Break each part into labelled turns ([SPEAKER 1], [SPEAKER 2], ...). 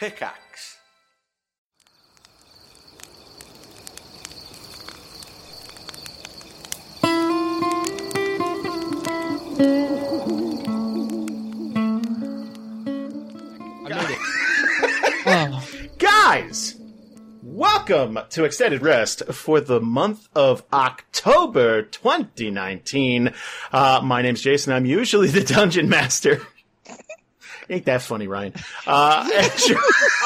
[SPEAKER 1] Pickaxe.
[SPEAKER 2] Oh,
[SPEAKER 1] Guys, welcome to Extended Rest for the month of October 2019. Uh, my name's Jason. I'm usually the Dungeon Master. Ain't that funny, Ryan? Uh, and your-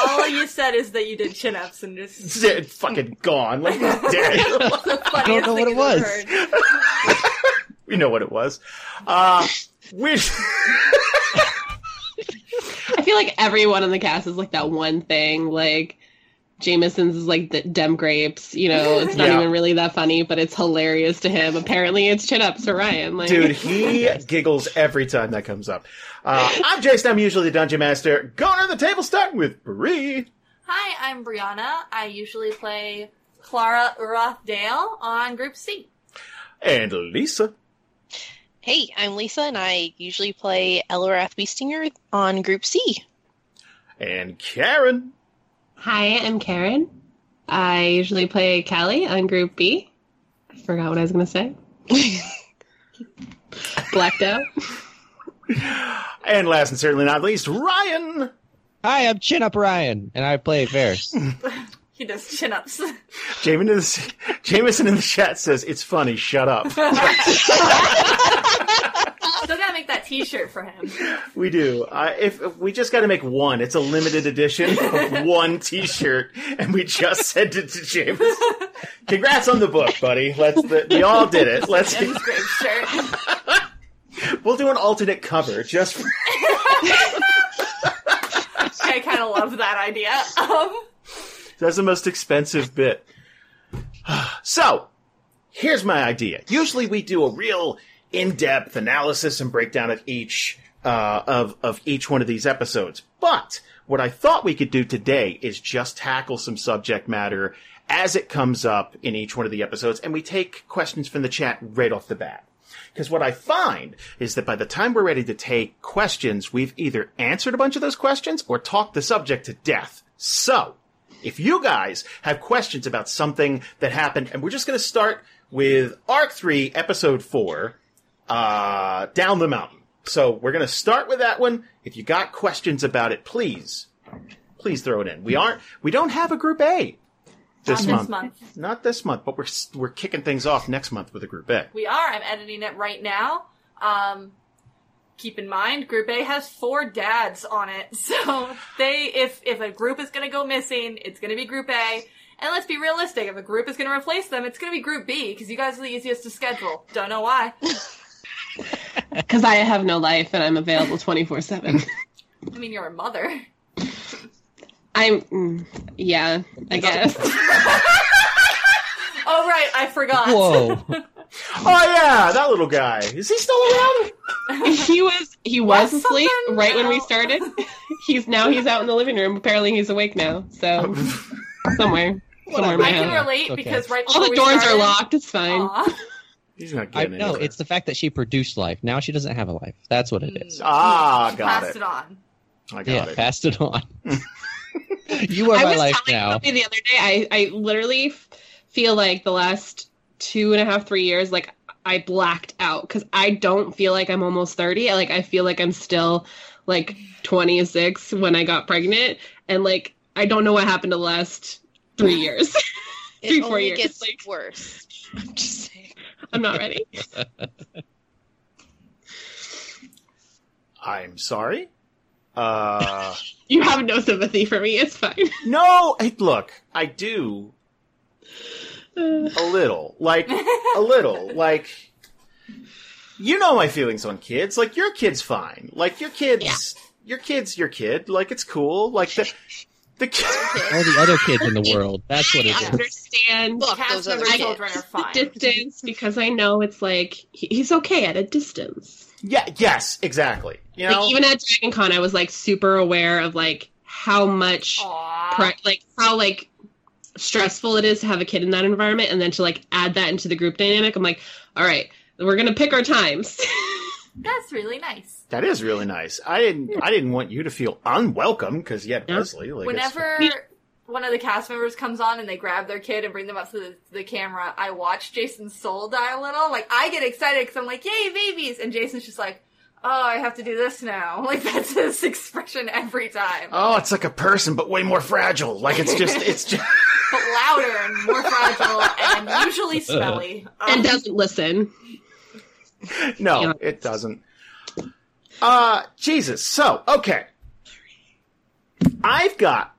[SPEAKER 3] All you said is that you did chin ups and just.
[SPEAKER 1] It's fucking gone. Like, damn.
[SPEAKER 3] The funniest
[SPEAKER 2] don't know what
[SPEAKER 3] thing
[SPEAKER 2] it
[SPEAKER 3] I've
[SPEAKER 2] was.
[SPEAKER 3] heard.
[SPEAKER 1] we know what it was. Uh, we
[SPEAKER 4] I feel like everyone on the cast is like that one thing. Like Jameson's is like the dem grapes. You know, it's not
[SPEAKER 1] Yeah.
[SPEAKER 4] even really that funny, but it's hilarious to him. Apparently, it's chin ups for Ryan. Like,
[SPEAKER 1] Dude, he giggles every time that comes up. Uh, I'm Jason. I'm usually the Dungeon Master. Going around the table starting with Bree.
[SPEAKER 3] Hi, I'm Brianna. I usually play Clara Rothdale on Group C.
[SPEAKER 1] And Lisa.
[SPEAKER 5] Hey, I'm Lisa, and I usually play Elorath Beastinger on Group C.
[SPEAKER 1] And Karen.
[SPEAKER 4] Hi, I'm Karen. I usually play Callie on Group B. I forgot what I was gonna say. Blacked out.
[SPEAKER 1] And last and certainly not least, Ryan.
[SPEAKER 2] hi, I'm Chin Up Ryan, and I play Ferris.
[SPEAKER 3] He does chin ups.
[SPEAKER 1] Jamin in the, Jameson in the chat says, It's funny, shut up.
[SPEAKER 3] Still gotta make that t shirt for him.
[SPEAKER 1] we do. Uh, if, if We just got to make one. It's a limited edition of one t shirt, and we just sent it to Jameson. Congrats on the book, buddy. Let's the, We all did it. Let's
[SPEAKER 3] Jim's grape shirt.
[SPEAKER 1] We'll do an alternate cover just for.
[SPEAKER 3] I kind of love that idea. Um,
[SPEAKER 1] That's the most expensive bit. so, here's my idea. Usually we do a real in-depth analysis and breakdown of each uh, of of each one of these episodes. But what I thought we could do today is just tackle some subject matter as it comes up in each one of the episodes, and we take questions from the chat right off the bat. Because what I find is that by the time we're ready to take questions, we've either answered a bunch of those questions or talked the subject to death. So, if you guys have questions about something that happened, and we're just going to start with Arc 3, Episode 4, uh, Down the Mountain. So we're going to start with that one. If you got questions about it, please, please throw it in. We aren't, we don't have a Group A
[SPEAKER 3] not
[SPEAKER 1] this, month.
[SPEAKER 3] month.
[SPEAKER 1] Not this month, but we're, s- we're kicking things off next month with a Group A.
[SPEAKER 3] We are. I'm editing it right now. Um, keep in mind, Group A has four dads on it, so they if if a group is going to go missing, it's going to be Group A. And let's be realistic: if a group is going to replace them, it's going to be Group B because you guys are the easiest to schedule. Don't know why.
[SPEAKER 4] Because I have no life and I'm available 24 7.
[SPEAKER 3] I mean, you're a mother.
[SPEAKER 4] I'm, mm, yeah, I guess.
[SPEAKER 3] Oh right, I forgot.
[SPEAKER 2] Whoa.
[SPEAKER 1] Oh yeah, that little guy. Is he still around?
[SPEAKER 4] he was he was
[SPEAKER 3] What's
[SPEAKER 4] asleep
[SPEAKER 3] something
[SPEAKER 4] right when we
[SPEAKER 3] now?
[SPEAKER 4] started. He's now he's out in the living room. Apparently he's awake now. So somewhere, somewhere in my
[SPEAKER 3] I can
[SPEAKER 4] house.
[SPEAKER 3] relate
[SPEAKER 2] Okay.
[SPEAKER 3] because right
[SPEAKER 4] All
[SPEAKER 3] before
[SPEAKER 4] the
[SPEAKER 3] we
[SPEAKER 4] doors are
[SPEAKER 3] started- uh,
[SPEAKER 4] locked. It's fine.
[SPEAKER 3] Aw.
[SPEAKER 1] He's not
[SPEAKER 2] I
[SPEAKER 1] getting it.
[SPEAKER 2] know it's the fact that she produced life. Now she doesn't have a life. That's what
[SPEAKER 3] Hmm.
[SPEAKER 2] it is.
[SPEAKER 1] ah,
[SPEAKER 3] She
[SPEAKER 1] got it.
[SPEAKER 3] passed it on.
[SPEAKER 1] I got
[SPEAKER 2] Yeah,
[SPEAKER 1] it.
[SPEAKER 2] passed it on. you are
[SPEAKER 4] I
[SPEAKER 2] my
[SPEAKER 4] was
[SPEAKER 2] life
[SPEAKER 4] telling
[SPEAKER 2] now.
[SPEAKER 4] somebody the other day. I I literally f- feel like the last two and a half three years, like I blacked out because I don't feel like I'm almost thirty. I, Like I feel like I'm still like twenty six when I got pregnant, and like I don't know what happened to the last three years.
[SPEAKER 5] It
[SPEAKER 4] Three, four
[SPEAKER 5] only
[SPEAKER 4] years,
[SPEAKER 5] gets
[SPEAKER 4] like-
[SPEAKER 5] worse. I'm just saying.
[SPEAKER 4] I'm not ready.
[SPEAKER 1] I'm sorry. Uh,
[SPEAKER 4] You have no sympathy for me. It's fine.
[SPEAKER 1] no, hey, look, I do a little, like a little, like you know my feelings on kids. Like your kid's fine. Like your kids, your kid's your kid. Like it's cool. Like the the kid.
[SPEAKER 2] All the other kids in the world. That's what it
[SPEAKER 4] I
[SPEAKER 2] is.
[SPEAKER 4] understand
[SPEAKER 5] Fuck
[SPEAKER 3] Cast
[SPEAKER 5] those other
[SPEAKER 3] member
[SPEAKER 5] kids.
[SPEAKER 3] children are
[SPEAKER 4] the
[SPEAKER 3] fine.
[SPEAKER 4] distance because I know it's like he- he's okay at a distance.
[SPEAKER 1] Yeah. Yes. Exactly. You know.
[SPEAKER 4] Like even at Dragon Con, I was like super aware of like how much
[SPEAKER 3] Aw.
[SPEAKER 4] pri- like how like stressful it is to have a kid in that environment, and then to like add that into the group dynamic. I'm like, all right, we're gonna pick our times.
[SPEAKER 3] That's really nice.
[SPEAKER 1] That is really nice. I didn't. I didn't want you to feel unwelcome because you had
[SPEAKER 4] Yeah.
[SPEAKER 1] Wesley. Like, that's-
[SPEAKER 3] Whenever one of the cast members comes on and they grab their kid and bring them up to the, the camera, I watch Jason's soul die a little. Like I get excited because I'm like, "Yay, babies!" And Jason's just like, "Oh, I have to do this now." Like that's his expression every time,
[SPEAKER 1] oh, it's like a person, but way more fragile. Like it's just. It's just.
[SPEAKER 3] but louder and more fragile and usually smelly. Um,
[SPEAKER 1] Uh-huh.
[SPEAKER 4] and doesn't listen.
[SPEAKER 1] No,
[SPEAKER 4] Yeah.
[SPEAKER 1] it doesn't. Uh Jesus. So, okay. I've got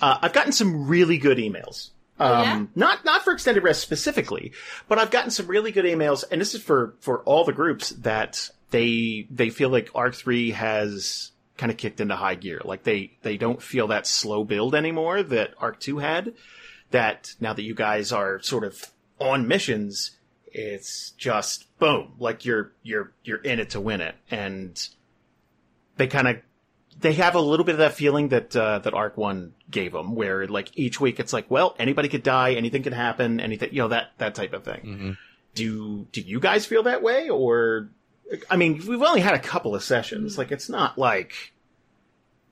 [SPEAKER 1] uh, I've gotten some really good emails. Um
[SPEAKER 3] yeah?
[SPEAKER 1] not not for extended rest specifically, but I've gotten some really good emails and this is for for all the groups that they they feel like Arc 3 has kind of kicked into high gear. Like they they don't feel that slow build anymore that Arc 2 had that now that you guys are sort of on missions, it's just boom, like you're you're you're in it to win it, and they kind of they have a little bit of that feeling that uh, that Arc One gave them, where like each week it's like, well, anybody could die, anything could happen, anything, you know, that that type of thing.
[SPEAKER 2] Mhm.
[SPEAKER 1] Do do you guys feel that way, or I mean, we've only had a couple of sessions, like it's not like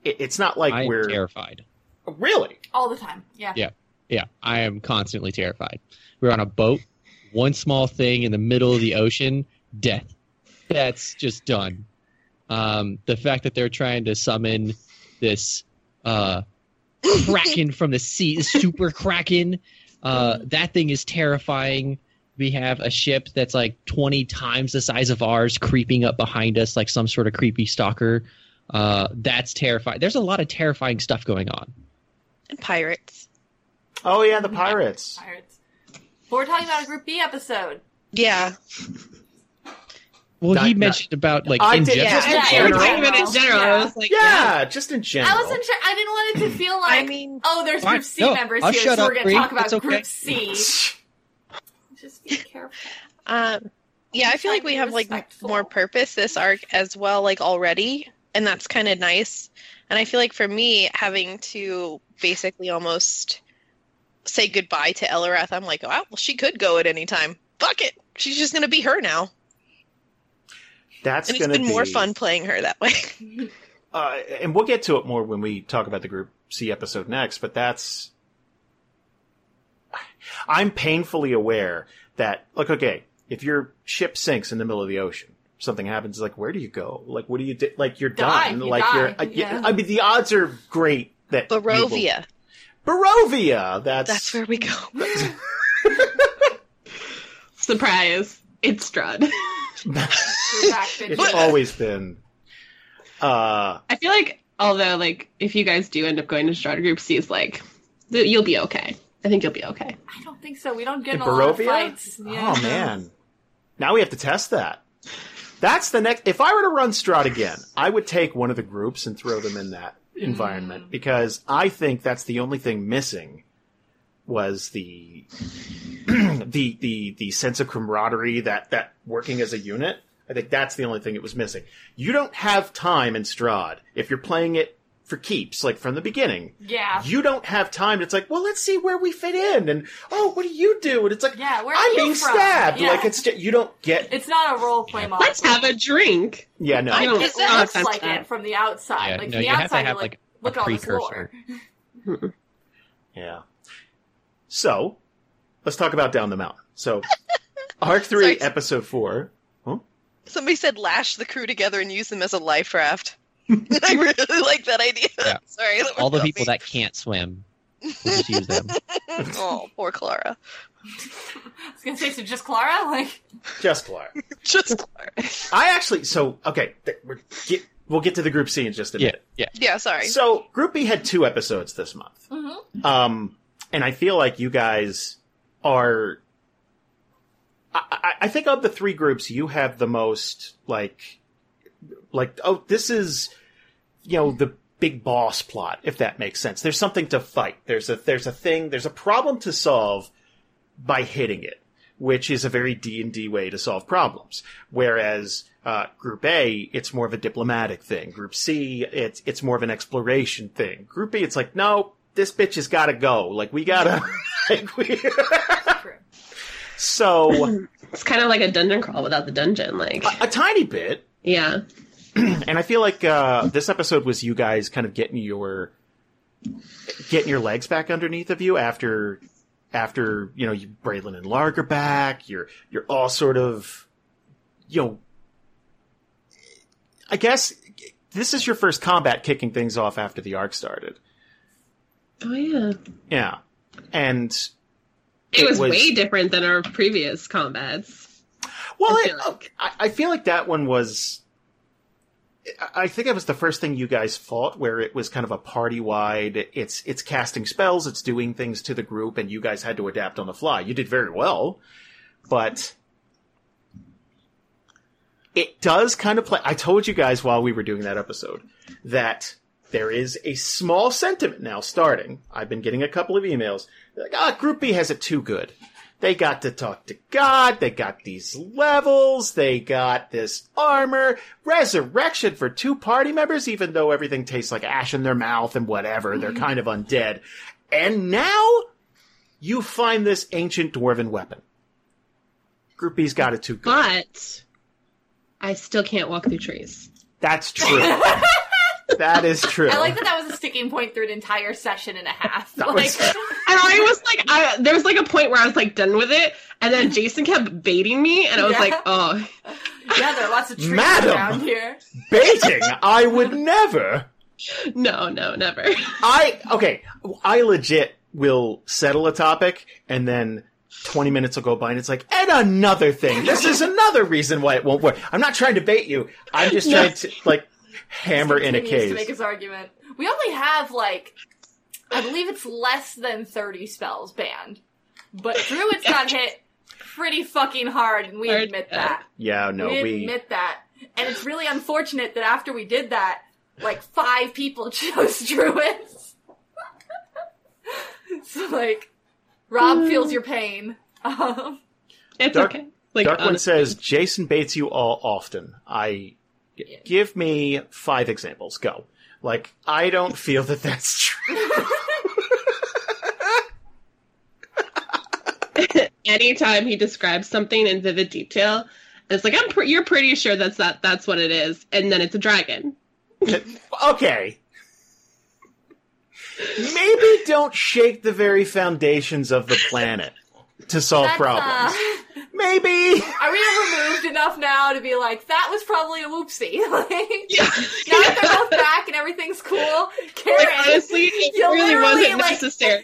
[SPEAKER 1] it, it's not like
[SPEAKER 2] I'm
[SPEAKER 1] we're
[SPEAKER 2] terrified.
[SPEAKER 1] really
[SPEAKER 3] all the time. Yeah.
[SPEAKER 2] Yeah. Yeah, I am constantly terrified. We're on a boat, one small thing in the middle of the ocean, death. That's just done. Um, the fact that they're trying to summon this uh, kraken from the sea, this super kraken, uh, that thing is terrifying. We have a ship that's like 20 times the size of ours creeping up behind us like some sort of creepy stalker. Uh, that's terrifying. There's a lot of terrifying stuff going on.
[SPEAKER 5] And pirates.
[SPEAKER 1] Oh yeah, the pirates.
[SPEAKER 3] Pirates. But we're talking about a Group B episode.
[SPEAKER 5] Yeah.
[SPEAKER 2] Well,
[SPEAKER 1] Not-
[SPEAKER 2] he
[SPEAKER 1] not-
[SPEAKER 2] mentioned about like
[SPEAKER 1] I
[SPEAKER 2] in
[SPEAKER 1] did-
[SPEAKER 2] general.
[SPEAKER 1] Just in
[SPEAKER 4] I
[SPEAKER 5] Yeah,
[SPEAKER 4] was
[SPEAKER 1] general.
[SPEAKER 4] talking about it in general. I
[SPEAKER 3] Yeah.
[SPEAKER 4] was like,
[SPEAKER 1] yeah, just in general.
[SPEAKER 3] I wasn't sure. I didn't want it to feel like,
[SPEAKER 5] I mean,
[SPEAKER 3] oh, there's
[SPEAKER 2] Fine.
[SPEAKER 3] Group C
[SPEAKER 2] No,
[SPEAKER 3] members
[SPEAKER 2] I'll
[SPEAKER 3] here,
[SPEAKER 2] shut
[SPEAKER 3] so
[SPEAKER 2] up,
[SPEAKER 3] we're going
[SPEAKER 2] Bree.
[SPEAKER 3] to talk about
[SPEAKER 2] It's okay.
[SPEAKER 3] Group C. Just be careful.
[SPEAKER 5] um, yeah, I feel like we have like
[SPEAKER 3] Respectful.
[SPEAKER 5] more purpose this arc as well, like already, and that's kind of nice. And I feel like for me, having to basically almost say goodbye to Elrath, I'm like, oh, well, she could go at any time. Fuck it, she's just gonna be her now,
[SPEAKER 1] That's
[SPEAKER 5] and it's
[SPEAKER 1] gonna
[SPEAKER 5] been
[SPEAKER 1] be
[SPEAKER 5] more fun playing her that way.
[SPEAKER 1] Uh, and we'll get to it more when we talk about the group C episode next. But that's I'm painfully aware that like okay, if your ship sinks in the middle of the ocean, something happens. Like where do you go? Like what do you do? Like you're
[SPEAKER 3] Die,
[SPEAKER 1] done.
[SPEAKER 3] you
[SPEAKER 1] like
[SPEAKER 3] die,
[SPEAKER 1] you're. I,
[SPEAKER 3] yeah.
[SPEAKER 1] I mean, the odds are great that you will-
[SPEAKER 5] Barovia,
[SPEAKER 1] Barovia. That's
[SPEAKER 5] that's where we go.
[SPEAKER 4] surprise, it's Strud.
[SPEAKER 3] We're back, bitches.
[SPEAKER 1] it's always been. Uh,
[SPEAKER 4] I feel like, although, like, if you guys do end up going to Strud Group C, is like, th- you'll be okay. I think you'll be okay.
[SPEAKER 3] I don't think so. We don't get
[SPEAKER 1] In
[SPEAKER 3] in a lot of
[SPEAKER 1] Barovia?
[SPEAKER 3] fights. Yeah.
[SPEAKER 1] Oh man. Now we have to test that. That's the next if I were to run Strahd again, I would take one of the groups and throw them in that environment because I think that's the only thing missing was the the the the sense of camaraderie that that working as a unit. I think that's the only thing it was missing. You don't have time in Strahd if you're playing it for keeps, like from the beginning
[SPEAKER 3] Yeah.
[SPEAKER 1] you don't have time. It's like, well, let's see where we fit in, and oh, what do you do? And it's like,
[SPEAKER 3] Yeah, where are
[SPEAKER 1] I'm
[SPEAKER 3] you
[SPEAKER 1] being
[SPEAKER 3] from?
[SPEAKER 1] stabbed.
[SPEAKER 3] Yeah.
[SPEAKER 1] Like it's just, you don't get.
[SPEAKER 3] It's not a role play model.
[SPEAKER 4] Let's have a drink.
[SPEAKER 1] yeah,
[SPEAKER 4] I
[SPEAKER 1] no,
[SPEAKER 4] don't-
[SPEAKER 3] It
[SPEAKER 4] Oh,
[SPEAKER 3] looks
[SPEAKER 4] that's
[SPEAKER 3] like
[SPEAKER 4] bad.
[SPEAKER 3] it from the outside.
[SPEAKER 2] Yeah,
[SPEAKER 3] like
[SPEAKER 2] no,
[SPEAKER 3] from the
[SPEAKER 2] you have to
[SPEAKER 3] outside,
[SPEAKER 2] have,
[SPEAKER 3] you're like,
[SPEAKER 2] like, a
[SPEAKER 3] look at all this lore.
[SPEAKER 2] precursor.
[SPEAKER 1] yeah. So, let's talk about down the mountain. So, arc three,
[SPEAKER 5] Sorry.
[SPEAKER 1] episode four.
[SPEAKER 5] Somebody said lash the crew together and use them as a life raft. I really like that idea.
[SPEAKER 2] Yeah.
[SPEAKER 5] Sorry, that
[SPEAKER 2] all the
[SPEAKER 5] worked out
[SPEAKER 2] people
[SPEAKER 5] me.
[SPEAKER 2] that can't swim. We'll just use them.
[SPEAKER 5] oh, poor Clara.
[SPEAKER 3] I was gonna say, so just Clara, like
[SPEAKER 1] Just Clark.
[SPEAKER 5] Just Clara.
[SPEAKER 1] I actually. So okay, th- we're get, we'll get to the group C in just a
[SPEAKER 2] Yeah,
[SPEAKER 1] minute.
[SPEAKER 2] yeah.
[SPEAKER 5] Yeah, sorry.
[SPEAKER 1] So, group B had two episodes this month.
[SPEAKER 3] mhm.
[SPEAKER 4] Mm-hmm.
[SPEAKER 1] Um, and I feel like you guys are. I, I, I think of the three groups, you have the most like, like oh, this is, you know, the big boss plot, if that makes sense. There's something to fight. There's a there's a thing. There's a problem to solve by hitting it, which is a very D and D way to solve problems. Whereas uh, Group A, it's more of a diplomatic thing. Group C, it's it's more of an exploration thing. Group B, it's like no, this bitch has got to go. Like we gotta. like, we...
[SPEAKER 3] True.
[SPEAKER 1] so
[SPEAKER 4] It's kind of like a dungeon crawl without the dungeon. Like,
[SPEAKER 1] a, a tiny bit.
[SPEAKER 4] yeah.
[SPEAKER 1] and I feel like uh, this episode was you guys kind of getting your getting your legs back underneath of you after after you know you Braylon and Larg are back. You're you're all sort of you know. I guess this is your first combat kicking things off after the arc started.
[SPEAKER 4] Oh yeah.
[SPEAKER 1] Yeah, and
[SPEAKER 4] It,
[SPEAKER 1] It
[SPEAKER 4] was,
[SPEAKER 1] was-
[SPEAKER 4] way different than our previous combats.
[SPEAKER 1] Well,
[SPEAKER 4] I
[SPEAKER 1] I,
[SPEAKER 4] feel like-
[SPEAKER 1] I, I feel like that one was. I- I think it was the first thing you guys fought where it was kind of a party wide. It's it's casting spells, it's doing things to the group, and you guys had to adapt on the fly. You did very well, but it does kind of play. I told you guys while we were doing that episode that there is a small sentiment now starting. I've been getting a couple of emails like, ah, Group B has it too good. They got to talk to God. They got these levels. They got this armor. Resurrection for two party members, even though everything tastes like ash in their mouth and whatever. They're
[SPEAKER 3] Mm-hmm.
[SPEAKER 1] kind of undead. And now you find this ancient dwarven weapon. Group B's got it too good.
[SPEAKER 4] But I still can't walk through trees.
[SPEAKER 1] That's true. that is true.
[SPEAKER 3] I like that that was a sticking point through an entire session and a half.
[SPEAKER 1] That
[SPEAKER 3] like,
[SPEAKER 1] was-
[SPEAKER 4] And I was like, I, there was like a point where I was like done with it, and then Jason kept baiting me, and I was
[SPEAKER 3] Yeah.
[SPEAKER 4] like, oh,
[SPEAKER 3] yeah, there are lots of trees
[SPEAKER 1] Madam.
[SPEAKER 3] around here.
[SPEAKER 1] Baiting, I would never.
[SPEAKER 4] no, no, never.
[SPEAKER 1] I okay. I legit will settle a topic, and then twenty minutes will go by, and it's like, and another thing. This is another reason why it won't work. I'm not trying to bait you. I'm just
[SPEAKER 4] No.
[SPEAKER 1] trying to like hammer in a
[SPEAKER 3] Continues
[SPEAKER 1] case.
[SPEAKER 3] To make his argument. We only have like, I believe it's less than thirty spells banned, but Druids got hit pretty fucking hard, and we
[SPEAKER 4] Hard,
[SPEAKER 3] admit
[SPEAKER 4] yeah.
[SPEAKER 3] that.
[SPEAKER 1] yeah, no,
[SPEAKER 3] we,
[SPEAKER 1] we.
[SPEAKER 3] admit that, and it's really unfortunate that after we did that, like five people chose Druids. so like, Rob feels your pain. Um,
[SPEAKER 4] It's
[SPEAKER 1] Dark-
[SPEAKER 4] okay. Like, uh,
[SPEAKER 1] Dark one
[SPEAKER 4] honest-
[SPEAKER 1] says Jason baits you all often. I give me five examples. Go. Like I don't feel that that's true.
[SPEAKER 4] anytime he describes something in vivid detail, it's like I'm pre- you're pretty sure that's that that's what it is, and then it's a dragon.
[SPEAKER 1] okay. Maybe don't shake the very foundations of the planet to solve
[SPEAKER 3] that's, uh,
[SPEAKER 1] problems. Maybe.
[SPEAKER 3] Are we removed enough now to be like that was probably a whoopsie? like,
[SPEAKER 4] Yeah,
[SPEAKER 3] now that they're both back and everything's cool, Karen,
[SPEAKER 4] like, honestly, it
[SPEAKER 3] You
[SPEAKER 4] really
[SPEAKER 3] literally,
[SPEAKER 4] wasn't
[SPEAKER 3] like-
[SPEAKER 4] necessary.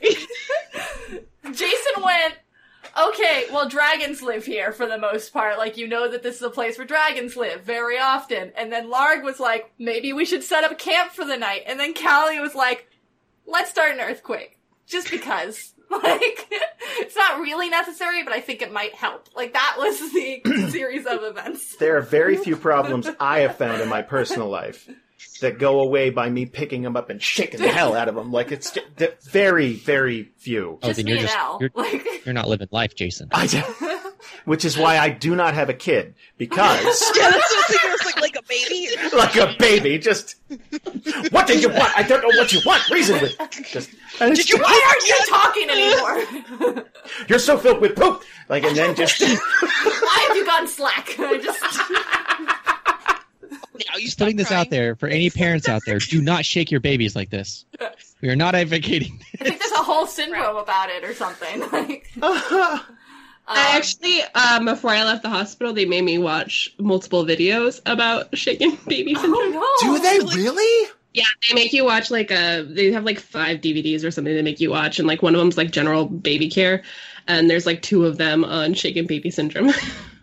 [SPEAKER 3] Jason went. Okay, well, dragons live here for the most part. Like, you know that this is a place where dragons live very often. And then Larg was like, maybe we should set up a camp for the night. And then Callie was like, let's start an earthquake. Just because. Like, it's not really necessary, but I think it might help. Like, that was the series of events.
[SPEAKER 1] There are very few problems I have found in my personal life that go away by me picking them up and shaking the hell out of them. Like it's just, th- very, very few.
[SPEAKER 2] Oh,
[SPEAKER 3] just
[SPEAKER 2] then
[SPEAKER 3] me
[SPEAKER 2] you're
[SPEAKER 3] and
[SPEAKER 2] just-
[SPEAKER 3] Al.
[SPEAKER 2] you're-
[SPEAKER 3] Like,
[SPEAKER 2] You're not living life, Jason.
[SPEAKER 1] I d- which is why I do not have a kid because,
[SPEAKER 5] Yeah, that's what I was thinking. I was like, like a baby.
[SPEAKER 1] like a baby, just what did you want? I don't know what you want. Reason with just.
[SPEAKER 5] Did you
[SPEAKER 3] why aren't you talking anymore?
[SPEAKER 1] You're so filled with poop. Like, and then just
[SPEAKER 3] why have you gone slack? I just.
[SPEAKER 5] Now you
[SPEAKER 2] Just
[SPEAKER 5] stop
[SPEAKER 2] putting this out
[SPEAKER 5] crying.
[SPEAKER 2] there for any parents out there. Do not shake your babies like this. We are not advocating.
[SPEAKER 3] I think there's a whole syndrome about it or something. Like, um,
[SPEAKER 4] I actually, um, before I left the hospital, they made me watch multiple videos about shaking baby syndrome.
[SPEAKER 3] oh no,
[SPEAKER 1] do they really?
[SPEAKER 4] Yeah, they make you watch like a. They have like five DVDs or something. They make you watch, and like one of them's like general baby care, and there's like two of them on shaken baby syndrome.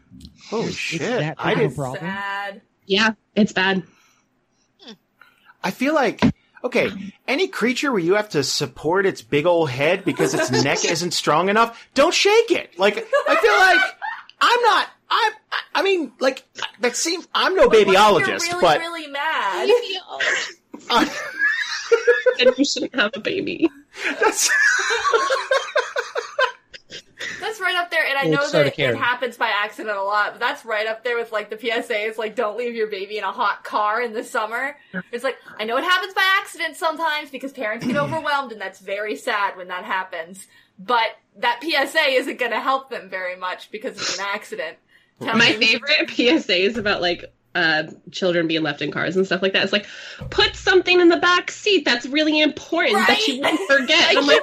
[SPEAKER 1] Holy shit!
[SPEAKER 2] that
[SPEAKER 1] I
[SPEAKER 2] bad.
[SPEAKER 1] did.
[SPEAKER 2] problem.
[SPEAKER 3] Sad.
[SPEAKER 1] Oh,
[SPEAKER 4] yeah, it's bad.
[SPEAKER 1] I feel like okay. Any creature where you have to support its big old head because its neck isn't strong enough, don't shake it. Like I feel like I'm not. I'm. I- I mean, like that seems. I'm no
[SPEAKER 3] What if you're
[SPEAKER 1] babyologist,
[SPEAKER 3] really,
[SPEAKER 1] but
[SPEAKER 3] really mad.
[SPEAKER 4] and you shouldn't have a baby.
[SPEAKER 1] that's,
[SPEAKER 3] That's right up there, and I
[SPEAKER 2] Well,
[SPEAKER 3] know
[SPEAKER 2] so do
[SPEAKER 3] that it
[SPEAKER 2] Karen.
[SPEAKER 3] happens by accident a lot. But that's right up there with like the PSAs, like don't leave your baby in a hot car in the summer. It's like I know it happens by accident sometimes because parents get overwhelmed, and that's very sad when that happens. But that PSA isn't going to help them very much because it's an accident. Tell
[SPEAKER 4] My
[SPEAKER 3] them-
[SPEAKER 4] favorite PSA is about like uh, children being left in cars and stuff like that. It's like, put something in the back seat that's really important that you
[SPEAKER 3] Right?
[SPEAKER 4] won't forget. And
[SPEAKER 5] Like
[SPEAKER 4] I'm like,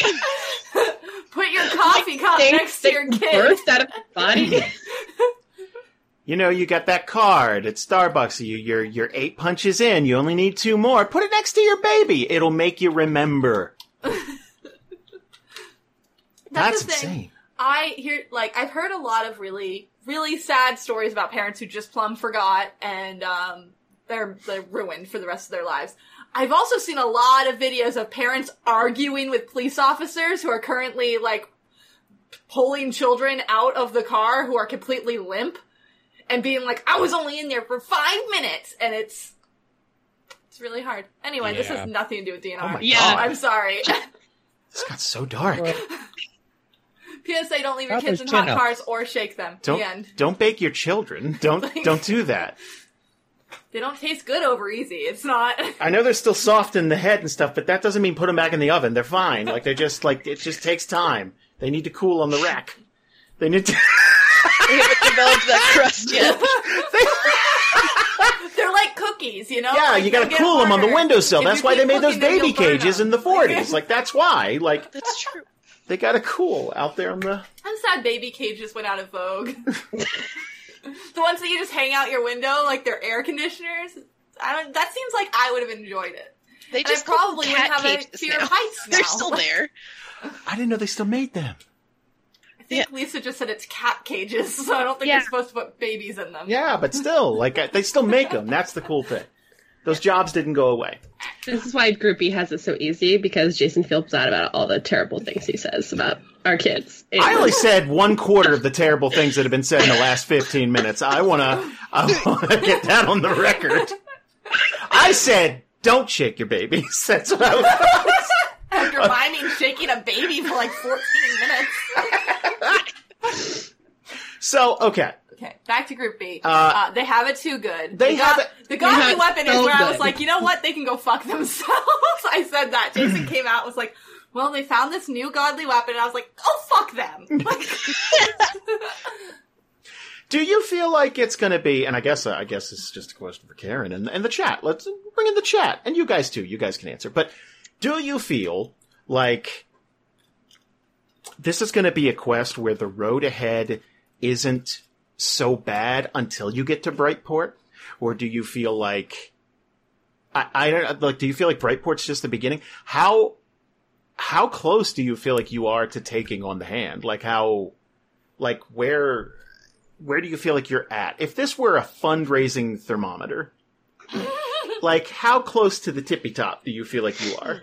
[SPEAKER 5] your child?
[SPEAKER 3] Put your coffee cup
[SPEAKER 4] things
[SPEAKER 3] next to
[SPEAKER 4] that
[SPEAKER 3] your kid.
[SPEAKER 4] burst out of your body.
[SPEAKER 1] You know, you got that card at Starbucks. You, you're you're eight punches in. You only need two more. Put it next to your baby. It'll make you remember.
[SPEAKER 3] That's,
[SPEAKER 1] That's,
[SPEAKER 3] the thing.
[SPEAKER 1] insane.
[SPEAKER 3] I hear like I've heard a lot of really really sad stories about parents who just plumb forgot and um, they're they're ruined for the rest of their lives. I've also seen a lot of videos of parents arguing with police officers who are currently like pulling children out of the car who are completely limp and being like, "I was only in there for five minutes," and it's it's really hard. Anyway, this
[SPEAKER 2] Yeah.
[SPEAKER 3] has nothing to do with
[SPEAKER 1] Oh
[SPEAKER 3] DNR.
[SPEAKER 1] my
[SPEAKER 4] Yeah.
[SPEAKER 1] god,
[SPEAKER 3] I'm sorry.
[SPEAKER 1] this got so dark.
[SPEAKER 3] PSA: Don't leave your
[SPEAKER 2] Not
[SPEAKER 3] kids
[SPEAKER 2] those
[SPEAKER 3] in hot
[SPEAKER 2] chin-ups.
[SPEAKER 3] cars or shake them.
[SPEAKER 1] Don't
[SPEAKER 3] the end.
[SPEAKER 1] don't bake your children. Don't don't do that.
[SPEAKER 3] They don't taste good over easy. It's not.
[SPEAKER 1] I know they're still soft in the head and stuff, but that doesn't mean put them back in the oven. They're fine. Like they're just like it just takes time. They need to cool on the rack. They need to.
[SPEAKER 5] We haven't developed that crust yet.
[SPEAKER 3] They're like cookies, you know.
[SPEAKER 1] Yeah,
[SPEAKER 3] Like,
[SPEAKER 1] you gotta
[SPEAKER 3] they'll Oh, get
[SPEAKER 1] cool them on the
[SPEAKER 3] harder.
[SPEAKER 1] windowsill.
[SPEAKER 3] If
[SPEAKER 1] That's
[SPEAKER 3] you
[SPEAKER 1] why
[SPEAKER 3] keep
[SPEAKER 1] they made those
[SPEAKER 3] cooking them,
[SPEAKER 1] baby
[SPEAKER 3] you'll burn
[SPEAKER 1] cages in
[SPEAKER 3] them.
[SPEAKER 1] the 40s. Like, that's why. Like,
[SPEAKER 5] That's true.
[SPEAKER 1] they gotta cool out there on the.
[SPEAKER 3] I'm sad baby cages went out of vogue. the ones that you just hang out your window like they're air conditioners. I don't. That seems like I would have enjoyed it.
[SPEAKER 5] They
[SPEAKER 3] And I
[SPEAKER 5] just
[SPEAKER 3] probably
[SPEAKER 5] probably
[SPEAKER 3] would
[SPEAKER 5] cat
[SPEAKER 3] have a
[SPEAKER 5] cages
[SPEAKER 3] fear
[SPEAKER 5] now.
[SPEAKER 3] of heights now.
[SPEAKER 5] They're still there.
[SPEAKER 1] I didn't know they still made them.
[SPEAKER 3] I think Lisa just said it's cat cages, so I don't think
[SPEAKER 5] Yeah.
[SPEAKER 3] you're supposed to put babies in them.
[SPEAKER 1] Yeah, but still, like, I- they still make them. That's the cool thing. Those jobs didn't go away.
[SPEAKER 4] This is why Groupie has it so easy because Jason feels bad about all the terrible things he says about our kids. It-
[SPEAKER 1] I only said one quarter of the terrible things that have been said in the last 15 minutes. I wanna, I wanna get that on the record. I said, don't shake your babies. That's what I was.
[SPEAKER 3] After miming shaking a baby for like 14 minutes.
[SPEAKER 1] So, okay.
[SPEAKER 3] Okay, back to Group B. Uh,
[SPEAKER 1] Uh,
[SPEAKER 3] they have it too good.
[SPEAKER 1] they
[SPEAKER 3] the
[SPEAKER 1] have it-
[SPEAKER 3] The godly
[SPEAKER 4] have it
[SPEAKER 3] weapon is
[SPEAKER 4] so
[SPEAKER 3] where I was
[SPEAKER 4] good.
[SPEAKER 3] like, you know what? They can go fuck themselves. I said that. Jason came out and was like, well, they found this new godly weapon, and I was like, oh fuck them. Like,
[SPEAKER 1] Do you feel like it's going to be? And I guess uh, I guess this is just a question for Karen and and the chat. Let's bring in the chat and you guys too. You guys can answer. But do you feel like this is going to be a quest where the road ahead isn't so bad until you get to Brightport, or do you feel like I, I don't like? Do you feel like Brightport's just the beginning? How how close do you feel like you are to taking on the hand? Like how like where where do you feel like you're at? If this were a fundraising thermometer, like how close to the tippy top do you feel like you are?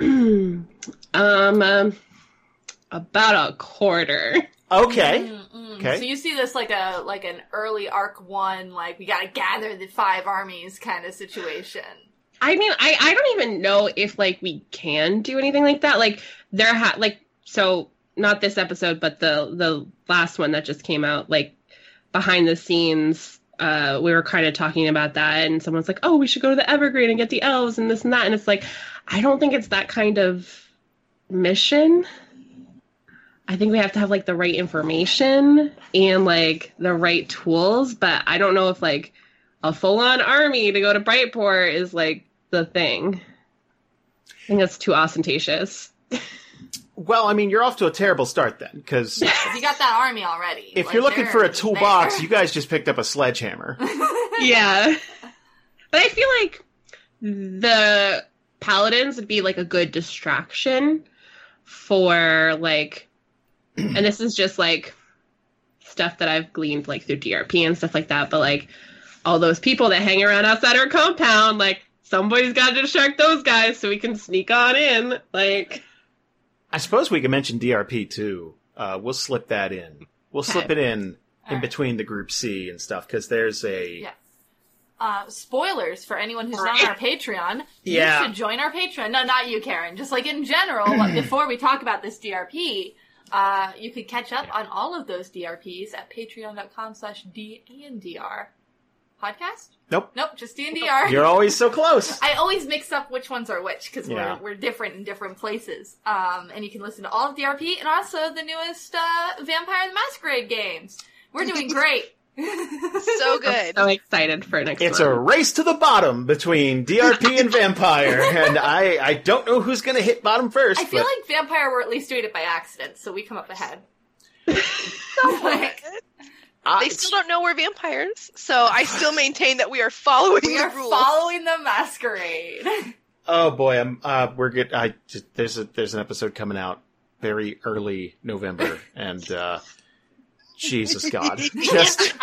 [SPEAKER 4] um, um, about a quarter.
[SPEAKER 1] Okay.
[SPEAKER 3] mm, mm.
[SPEAKER 1] Okay.
[SPEAKER 3] So you see this like a like an early arc one, like we gotta gather the five armies kind of situation.
[SPEAKER 4] I mean, I, I don't even know if like we can do anything like that. Like there ha like so not this episode, but the the last one that just came out, like behind the scenes, uh, we were kind of talking about that, and someone's like, "Oh, we should go to the Evergreen and get the elves and this and that," and it's like, I don't think it's that kind of mission. I think we have to have like the right information and like the right tools, but I don't know if like a full on army to go to Brightport is like the thing. I think that's too ostentatious.
[SPEAKER 1] Well, I mean, you're off to a terrible start then, because
[SPEAKER 3] 'Cause You got that army already.
[SPEAKER 1] if
[SPEAKER 3] Like,
[SPEAKER 1] you're looking
[SPEAKER 3] they're
[SPEAKER 1] for a toolbox,
[SPEAKER 3] there.
[SPEAKER 1] you guys just picked up a sledgehammer.
[SPEAKER 4] yeah. But I feel like the paladins would be like a good distraction for like and this is just like stuff that I've gleaned like through DRP and stuff like that, but like all those people that hang around outside our compound, like somebody's gotta distract those guys so we can sneak on in. Like
[SPEAKER 1] I suppose we could mention DRP too. Uh, we'll slip that in. We'll slip it in in
[SPEAKER 3] Alright.
[SPEAKER 1] between the group C and stuff because there's a
[SPEAKER 3] Yeah. uh, spoilers for anyone who's not on our Patreon.
[SPEAKER 1] Yeah.
[SPEAKER 3] You should join our Patreon. No, not you, Karen. Just like in general, but before we talk about this DRP, uh, you could catch up on all of those DRPs at patreon.com slash DNDR. Podcast?
[SPEAKER 1] Nope.
[SPEAKER 3] Nope, just DNDR.
[SPEAKER 1] You're always so close.
[SPEAKER 3] I always mix up which ones are which because
[SPEAKER 1] Yeah.
[SPEAKER 3] we're, we're different in different places. Um, and you can listen to all of DRP and also the newest uh, Vampire the Masquerade games. We're doing great.
[SPEAKER 5] So good.
[SPEAKER 4] so excited for next
[SPEAKER 1] It's
[SPEAKER 4] month.
[SPEAKER 1] a race to the bottom between DRP and Vampire, and I, I don't know who's going to hit bottom first.
[SPEAKER 3] I feel
[SPEAKER 1] but
[SPEAKER 3] like vampire were at least doing it by accident, so we come up ahead. Like,
[SPEAKER 1] I,
[SPEAKER 5] They still don't know we're vampires, so I still maintain that we are following
[SPEAKER 3] we
[SPEAKER 5] the
[SPEAKER 3] are
[SPEAKER 5] rules.
[SPEAKER 3] following the masquerade.
[SPEAKER 1] oh boy, I'm uh, we're good. I just- there's a there's an episode coming out very early November, and uh, Jesus God, just.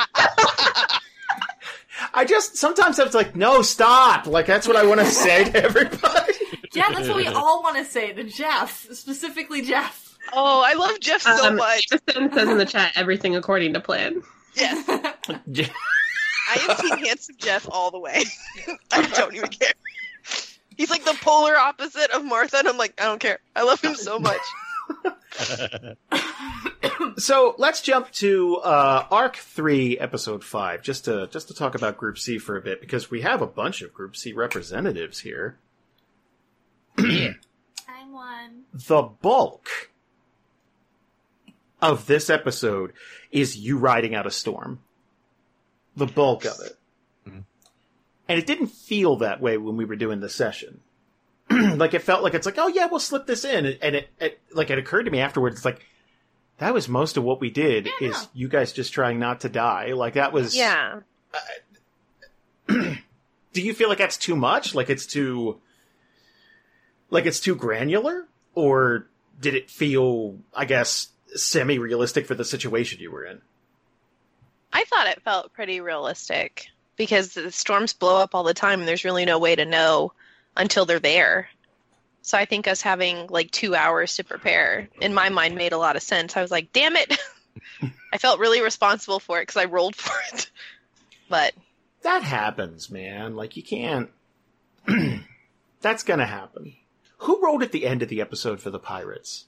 [SPEAKER 1] I just sometimes I'm like, no, stop! Like that's what I want to say to everybody.
[SPEAKER 3] yeah, that's what we all want to say to Jeff, specifically Jeff.
[SPEAKER 5] oh, I love Jeff so
[SPEAKER 4] Um,
[SPEAKER 5] much.
[SPEAKER 4] Jason says in the chat, everything according to plan.
[SPEAKER 5] Yes, I am Team Handsome Jeff all the way. I don't even care. He's like the polar opposite of Martha, and I'm like, I don't care. I love him so much.
[SPEAKER 1] So let's jump to uh, Arc Three, Episode Five, just to just to talk about Group C for a bit because we have a bunch of Group C representatives here.
[SPEAKER 3] I'm one.
[SPEAKER 1] The bulk of this episode is you riding out a storm. The bulk of it,
[SPEAKER 2] Mhm.
[SPEAKER 1] and it didn't feel that way when we were doing the session. like it felt like it's like, oh yeah, we'll slip this in, and it, it like it occurred to me afterwards. It's like that was most of what we did
[SPEAKER 3] Yeah.
[SPEAKER 1] is you guys just trying not to die. Like that was
[SPEAKER 5] Yeah.
[SPEAKER 1] do you feel like that's too much like it's too like it's too granular or did it feel i guess semi-realistic for the situation you were in
[SPEAKER 5] I thought it felt pretty realistic because the storms blow up all the time and there's really no way to know until they're there. So I think us having like two hours to prepare in my mind made a lot of sense. I was like, damn it. I felt really responsible for it because I rolled for it. But
[SPEAKER 1] that happens man like you can't that's gonna happen who rolled at the end of the episode for the pirates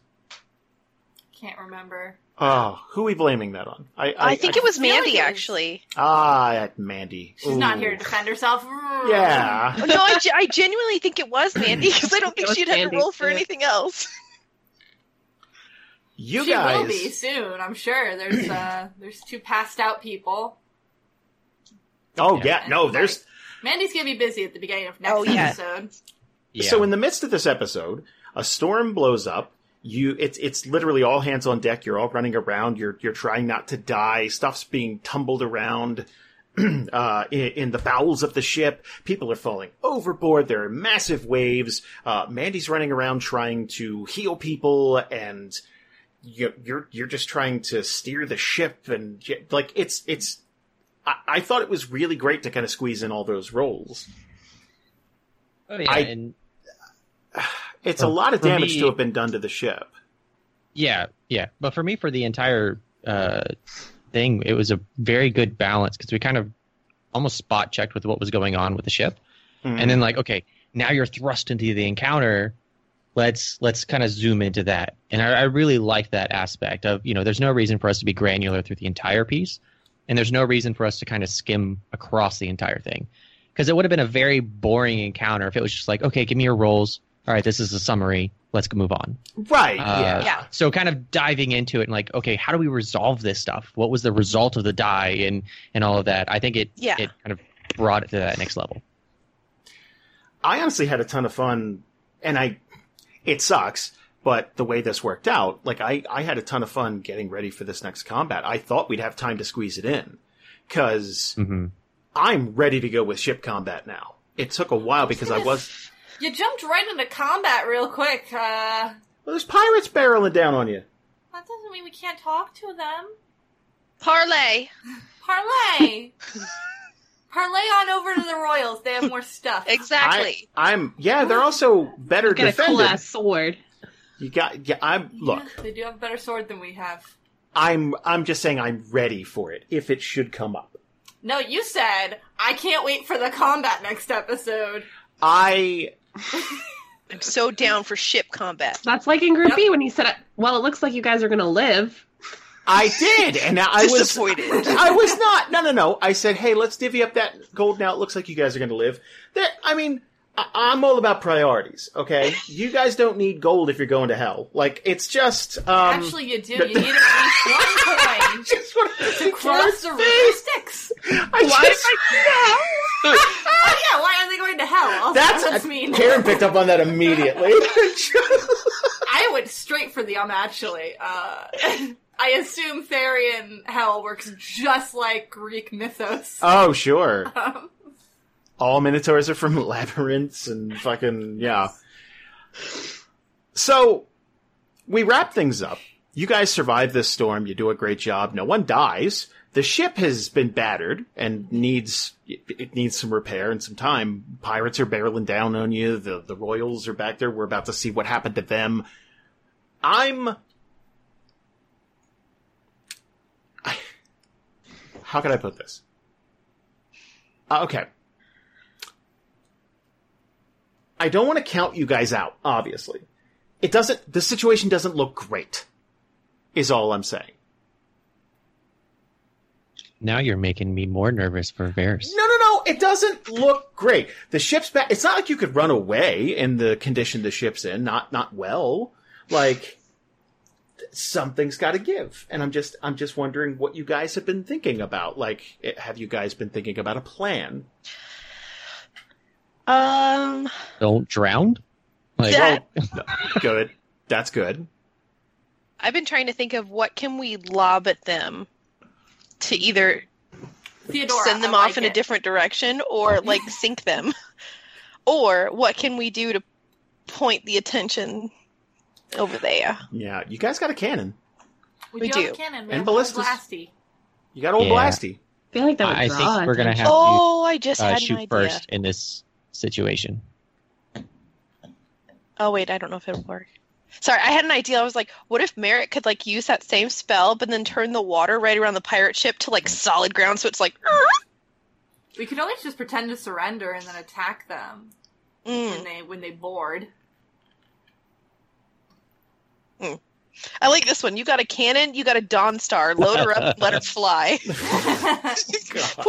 [SPEAKER 3] Can't remember.
[SPEAKER 1] oh who are we blaming that on i
[SPEAKER 5] I, think it was
[SPEAKER 3] feel like
[SPEAKER 5] Mandy
[SPEAKER 3] it was-
[SPEAKER 5] actually.
[SPEAKER 1] ah that mandy
[SPEAKER 3] She's not
[SPEAKER 1] Ooh.
[SPEAKER 3] here to defend herself.
[SPEAKER 1] yeah
[SPEAKER 5] Oh, no, I, ge- I genuinely think it was Mandy because I don't
[SPEAKER 4] It
[SPEAKER 5] think
[SPEAKER 4] was
[SPEAKER 5] she'd have to
[SPEAKER 4] Mandy,
[SPEAKER 5] roll for
[SPEAKER 4] yeah.
[SPEAKER 5] anything else.
[SPEAKER 1] you
[SPEAKER 3] she
[SPEAKER 1] guys
[SPEAKER 3] will be soon, I'm sure. There's uh, there's two passed out people.
[SPEAKER 1] oh
[SPEAKER 2] Yeah.
[SPEAKER 1] yeah no there's
[SPEAKER 3] Mandy's gonna be busy at the beginning of next
[SPEAKER 5] Oh, yeah.
[SPEAKER 3] episode.
[SPEAKER 2] Yeah.
[SPEAKER 1] So in the midst of this episode, a storm blows up. You, it's it's literally all hands on deck. You're all running around. You're you're trying not to die. Stuff's being tumbled around uh, in, in the bowels of the ship. People are falling overboard. There are massive waves. Uh, Mandy's running around trying to heal people, and you, you're you're just trying to steer the ship. And y- like it's it's, I, I thought it was really great to kind of squeeze in all those roles.
[SPEAKER 2] Oh, yeah,
[SPEAKER 1] I-
[SPEAKER 2] and
[SPEAKER 1] It's a
[SPEAKER 2] For-
[SPEAKER 1] lot of
[SPEAKER 2] Uh, for
[SPEAKER 1] damage
[SPEAKER 2] me-
[SPEAKER 1] to have been done to the ship.
[SPEAKER 2] Yeah, yeah. But for me, for the entire uh, thing, it was a very good balance because we kind of almost spot checked with what was going on with the ship, and then like, okay, now you're thrust into the encounter. Let's let's kind of zoom into that, and I, I really like that aspect of you know, there's no reason for us to be granular through the entire piece, and there's no reason for us to kind of skim across the entire thing, because it would have been a very boring encounter if it was just like, okay, give me your roles. All right, this is a summary. Let's move on.
[SPEAKER 1] Right.
[SPEAKER 2] Uh,
[SPEAKER 1] yeah.
[SPEAKER 5] Yeah.
[SPEAKER 2] So kind of diving into it and like, okay, how do we resolve this stuff? What was the result of the die and and all of that? I think it
[SPEAKER 5] Yeah.
[SPEAKER 2] it kind of brought it to that next level.
[SPEAKER 1] I honestly had a ton of fun, and I. It sucks, but the way this worked out, like I, I had a ton of fun getting ready for this next combat. I thought we'd have time to squeeze it in, because
[SPEAKER 2] Mm-hmm.
[SPEAKER 1] I'm ready to go with ship combat now. It took a while because I was.
[SPEAKER 3] You jumped right into combat real quick. Uh,
[SPEAKER 1] Well, there's pirates barreling down on you.
[SPEAKER 3] that doesn't mean we can't talk to them.
[SPEAKER 5] Parlay.
[SPEAKER 3] Parlay. Parlay on over to the Royals. They have more stuff.
[SPEAKER 5] Exactly.
[SPEAKER 1] I, I'm. Yeah, they're also better
[SPEAKER 4] You got a
[SPEAKER 1] defended.
[SPEAKER 4] cool ass sword.
[SPEAKER 1] You got. Yeah, I'm. Look,
[SPEAKER 3] Yeah, they do have a better sword than we have.
[SPEAKER 1] I'm. I'm just saying I'm ready for it if it should come up.
[SPEAKER 3] No, you said I can't wait for the combat next episode.
[SPEAKER 1] I
[SPEAKER 5] I, am so down for ship combat.
[SPEAKER 4] That's like in Group
[SPEAKER 3] Yep.
[SPEAKER 4] B when he said, "Well, it looks like you guys are gonna live."
[SPEAKER 1] I did, and I was
[SPEAKER 5] Disappointed.
[SPEAKER 1] I was not. No, no, no. I said, "Hey, let's divvy up that gold." Now it looks like you guys are going to live. That I mean, I- I'm all about priorities, okay? You guys don't need gold if you're going to hell. Like, it's just, um.
[SPEAKER 3] Actually, you do. You need at least one coin
[SPEAKER 1] just wanted
[SPEAKER 3] to cross the river Styx.
[SPEAKER 1] I just,
[SPEAKER 3] Oh yeah, why are they going to hell? Also,
[SPEAKER 1] that's,
[SPEAKER 3] that's mean.
[SPEAKER 1] Karen picked up on that immediately.
[SPEAKER 3] I went straight for the um. Actually, uh, I assume Therian hell works just like Greek mythos.
[SPEAKER 1] oh, sure.
[SPEAKER 3] Um,
[SPEAKER 1] All minotaurs are from labyrinths and fucking, yeah. So, we wrap things up. You guys survive this storm. You do a great job. No one dies. The ship has been battered and needs it needs some repair and some time. Pirates are barreling down on you. The the royals are back there. We're about to see what happened to them. I'm. How can I put this? Uh, okay. I don't want to count you guys out, obviously. It doesn't, the situation doesn't look great, is all I'm saying.
[SPEAKER 2] Now you're making me more nervous for Varys.
[SPEAKER 1] No, no, no, it doesn't look great. The ship's back, it's not like you could run away in the condition the ship's in, not, not well. Like, something's gotta give. And I'm just, I'm just wondering what you guys have been thinking about. Like, it- have you guys been thinking about a plan?
[SPEAKER 5] Um,
[SPEAKER 2] Don't drown. Like,
[SPEAKER 5] Yeah.
[SPEAKER 1] Good. That's good.
[SPEAKER 5] I've been trying to think of what can we lob at them to either
[SPEAKER 3] Theodora,
[SPEAKER 5] send them
[SPEAKER 3] I
[SPEAKER 5] off
[SPEAKER 3] like
[SPEAKER 5] in
[SPEAKER 3] it.
[SPEAKER 5] a different direction or like sink them, or what can we do to point the attention over there?
[SPEAKER 1] Yeah, you guys got a cannon.
[SPEAKER 3] We,
[SPEAKER 5] We
[SPEAKER 3] do. Have
[SPEAKER 5] do.
[SPEAKER 3] a cannon. We
[SPEAKER 1] And
[SPEAKER 3] have a whole
[SPEAKER 1] ballistas.
[SPEAKER 3] blasty.
[SPEAKER 1] You got old
[SPEAKER 2] Yeah.
[SPEAKER 1] Blasty.
[SPEAKER 4] I feel like that would
[SPEAKER 2] I I
[SPEAKER 4] draw
[SPEAKER 2] think we're gonna
[SPEAKER 4] attention.
[SPEAKER 2] have to
[SPEAKER 5] Oh, I just
[SPEAKER 2] uh,
[SPEAKER 5] had an
[SPEAKER 2] shoot
[SPEAKER 5] idea.
[SPEAKER 2] first in this situation.
[SPEAKER 5] Oh wait, I don't know if it'll work. Sorry, I had an idea. I was like, what if Merrick could like use that same spell, but then turn the water right around the pirate ship to like solid ground, so it's like,
[SPEAKER 3] We could always just pretend to surrender and then attack them when
[SPEAKER 5] mm.
[SPEAKER 3] they when they board.
[SPEAKER 5] I like this one. You got a cannon, you got a Dawn Star. Load her up, and let her fly. Poor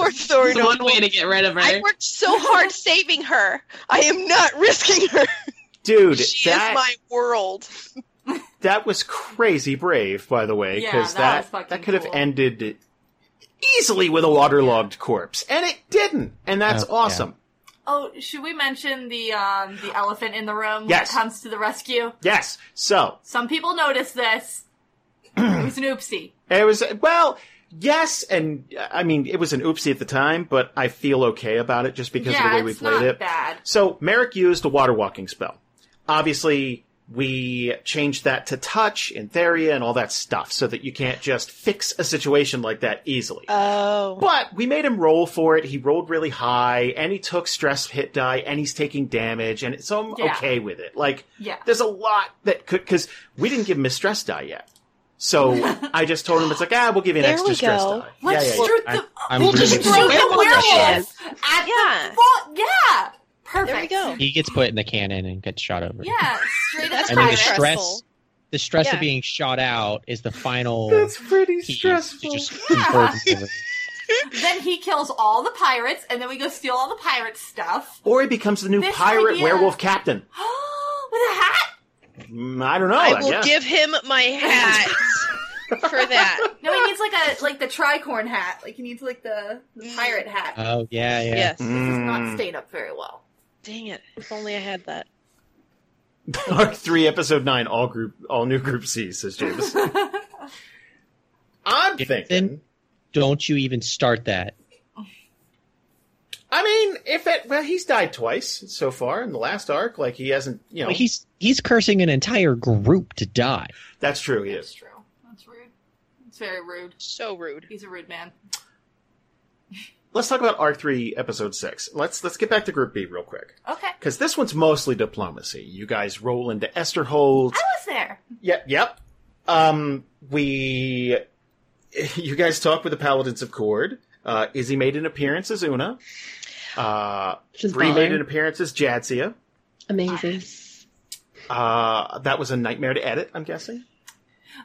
[SPEAKER 4] It's
[SPEAKER 5] Thorin.
[SPEAKER 4] one way to get rid of her.
[SPEAKER 5] I worked so hard saving her. I am not risking her.
[SPEAKER 1] Dude,
[SPEAKER 5] She is
[SPEAKER 1] that,
[SPEAKER 5] my world.
[SPEAKER 1] that was crazy brave, by the way,
[SPEAKER 3] Yeah,
[SPEAKER 1] because
[SPEAKER 3] that
[SPEAKER 1] that
[SPEAKER 3] was
[SPEAKER 1] that,
[SPEAKER 3] fucking
[SPEAKER 1] could have
[SPEAKER 3] cool.
[SPEAKER 1] ended easily with a waterlogged corpse, and it didn't, and that's
[SPEAKER 2] Oh, yeah.
[SPEAKER 1] awesome.
[SPEAKER 3] oh, should we mention the um the elephant in the room
[SPEAKER 1] Yes.
[SPEAKER 3] when it comes to the rescue?
[SPEAKER 1] Yes, so
[SPEAKER 3] Some people notice this. it was an oopsie.
[SPEAKER 1] it was well, yes, and I mean it was an oopsie at the time, but I feel okay about it just because
[SPEAKER 3] yeah,
[SPEAKER 1] of the way we
[SPEAKER 3] it's
[SPEAKER 1] played
[SPEAKER 3] not
[SPEAKER 1] it.
[SPEAKER 3] bad.
[SPEAKER 1] So Merrick used a water walking spell. Obviously, we changed that to touch and Theria and all that stuff, so that you can't just fix a situation like that easily.
[SPEAKER 5] Oh.
[SPEAKER 1] But we made him roll for it. He rolled really high, and he took stress hit die, and he's taking damage, and so I'm
[SPEAKER 3] Yeah.
[SPEAKER 1] okay with it. Like,
[SPEAKER 3] Yeah.
[SPEAKER 1] there's a lot that could because we didn't give him his stress die yet. So I just told him it's like ah, we'll give you an
[SPEAKER 5] There
[SPEAKER 1] extra
[SPEAKER 5] we
[SPEAKER 1] stress
[SPEAKER 5] go.
[SPEAKER 1] die.
[SPEAKER 3] Let's
[SPEAKER 1] yeah, yeah,
[SPEAKER 3] shoot
[SPEAKER 2] I-
[SPEAKER 3] the.
[SPEAKER 2] I'm
[SPEAKER 3] we'll
[SPEAKER 2] really
[SPEAKER 3] just throw the
[SPEAKER 5] excited.
[SPEAKER 3] werewolf at
[SPEAKER 5] Yeah.
[SPEAKER 3] the. Well, yeah. Perfect.
[SPEAKER 5] There we go.
[SPEAKER 2] He gets put in the cannon and gets shot over.
[SPEAKER 3] Yeah, straight at
[SPEAKER 5] That's
[SPEAKER 2] And then the
[SPEAKER 5] Pirate.
[SPEAKER 3] pirate.
[SPEAKER 2] stress, the stress
[SPEAKER 5] Yeah.
[SPEAKER 2] of being shot out is the final
[SPEAKER 1] yeah. That's pretty
[SPEAKER 2] piece
[SPEAKER 1] stressful.
[SPEAKER 2] to just convert him.
[SPEAKER 3] Then he kills all the pirates, and then we go steal all the pirate stuff.
[SPEAKER 1] Or he becomes the new
[SPEAKER 3] This
[SPEAKER 1] pirate
[SPEAKER 3] idea-
[SPEAKER 1] werewolf captain.
[SPEAKER 3] With a hat?
[SPEAKER 1] Mm, I don't know. I,
[SPEAKER 5] I will
[SPEAKER 1] guess.
[SPEAKER 5] give him my hat for that.
[SPEAKER 3] No, he needs like a like the tricorn hat. Like he needs like the, the pirate hat.
[SPEAKER 2] Oh yeah, yeah.
[SPEAKER 5] Yes.
[SPEAKER 3] this is not
[SPEAKER 1] Mm.
[SPEAKER 3] staying up very well.
[SPEAKER 5] Dang it. If only I had that.
[SPEAKER 1] Arc three, episode nine, all group, all new group C, says James. I'm thinking.
[SPEAKER 2] Don't you even start that.
[SPEAKER 1] I mean, if it well, he's died twice so far in the last arc. Like he hasn't, you know,
[SPEAKER 2] Like, he's he's cursing an entire group to die.
[SPEAKER 1] that's true. He
[SPEAKER 3] That's
[SPEAKER 1] is.
[SPEAKER 3] true. That's rude. It's very rude.
[SPEAKER 5] So rude.
[SPEAKER 3] He's a rude man.
[SPEAKER 1] Let's talk about arc three, episode six. Let's let's get back to group B real quick
[SPEAKER 3] Okay,
[SPEAKER 1] because this one's mostly diplomacy. You guys roll into
[SPEAKER 3] I
[SPEAKER 1] Esterhold.
[SPEAKER 3] was there.
[SPEAKER 1] Yep, yep. Um, we, you guys talk with the paladins of Cord. Uh, Izzy made an appearance as Una. Uh,
[SPEAKER 4] Just
[SPEAKER 1] Bree made
[SPEAKER 4] baller.
[SPEAKER 1] an appearance as Jadzia.
[SPEAKER 4] Amazing.
[SPEAKER 1] Uh, that was a nightmare to edit, I'm guessing.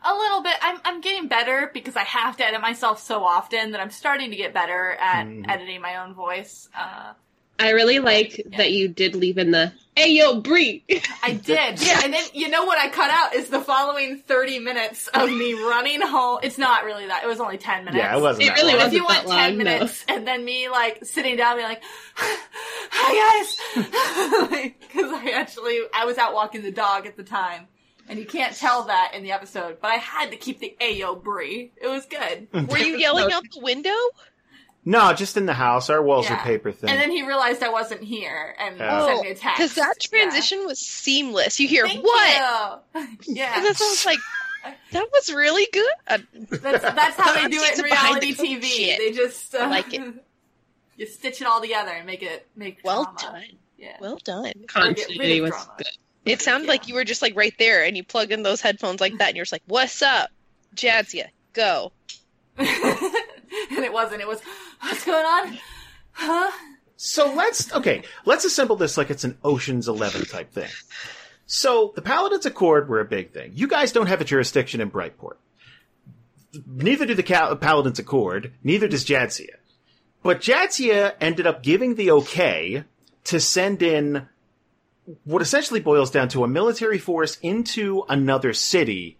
[SPEAKER 3] A little bit. I'm I'm getting better because I have to edit myself so often that I'm starting to get better at
[SPEAKER 1] Mhm.
[SPEAKER 3] editing my own voice. Uh,
[SPEAKER 4] I really like that you did leave in the hey yo Bree.
[SPEAKER 3] I did. Yeah, and then you know what I cut out is the following 30 minutes of me running home. It's not really that. It was only 10 minutes.
[SPEAKER 1] Yeah, it wasn't.
[SPEAKER 4] It
[SPEAKER 1] that
[SPEAKER 4] really
[SPEAKER 1] long.
[SPEAKER 3] But if you want 10
[SPEAKER 4] wasn't that long, no.
[SPEAKER 3] minutes and then me like sitting down being like, hi guys. Because I actually, I was out walking the dog at the time. And you can't tell that in the episode, but I had to keep the Ayo Brie. It was good.
[SPEAKER 5] Were you yelling out the window?
[SPEAKER 1] No, just in the house. Our walls
[SPEAKER 3] Yeah.
[SPEAKER 1] are paper thin.
[SPEAKER 3] And then he realized I wasn't here and
[SPEAKER 1] Yeah.
[SPEAKER 3] sent me a text.
[SPEAKER 5] Because Oh, that
[SPEAKER 3] Yeah.
[SPEAKER 5] transition was seamless. You hear
[SPEAKER 3] Thank
[SPEAKER 5] what?
[SPEAKER 3] you.
[SPEAKER 5] And
[SPEAKER 3] yeah,
[SPEAKER 5] that sounds like that was really good. Uh,
[SPEAKER 3] that's, that's how they do it
[SPEAKER 5] It's
[SPEAKER 3] in
[SPEAKER 5] behind
[SPEAKER 3] reality
[SPEAKER 5] the
[SPEAKER 3] TV.
[SPEAKER 5] shit.
[SPEAKER 3] They just uh,
[SPEAKER 5] I like it.
[SPEAKER 3] You stitch it all together and make it make
[SPEAKER 5] well
[SPEAKER 3] drama.
[SPEAKER 5] done.
[SPEAKER 3] Yeah.
[SPEAKER 5] Well done.
[SPEAKER 4] Continuity was
[SPEAKER 3] drama.
[SPEAKER 4] good.
[SPEAKER 5] It sounded
[SPEAKER 3] Yeah.
[SPEAKER 5] like you were just like right there and you plugged in those headphones like that and you're just like, What's up? Jadzia, go.
[SPEAKER 3] and it wasn't. It was what's going on? Huh?
[SPEAKER 1] So let's okay, let's assemble this like it's an Ocean's Eleven type thing. So the Paladin's Accord were a big thing. You guys don't have a jurisdiction in Brightport. Neither do the Cal- Paladin's Accord. Neither does Jadzia. But Jadzia ended up giving the okay to send in what essentially boils down to a military force into another city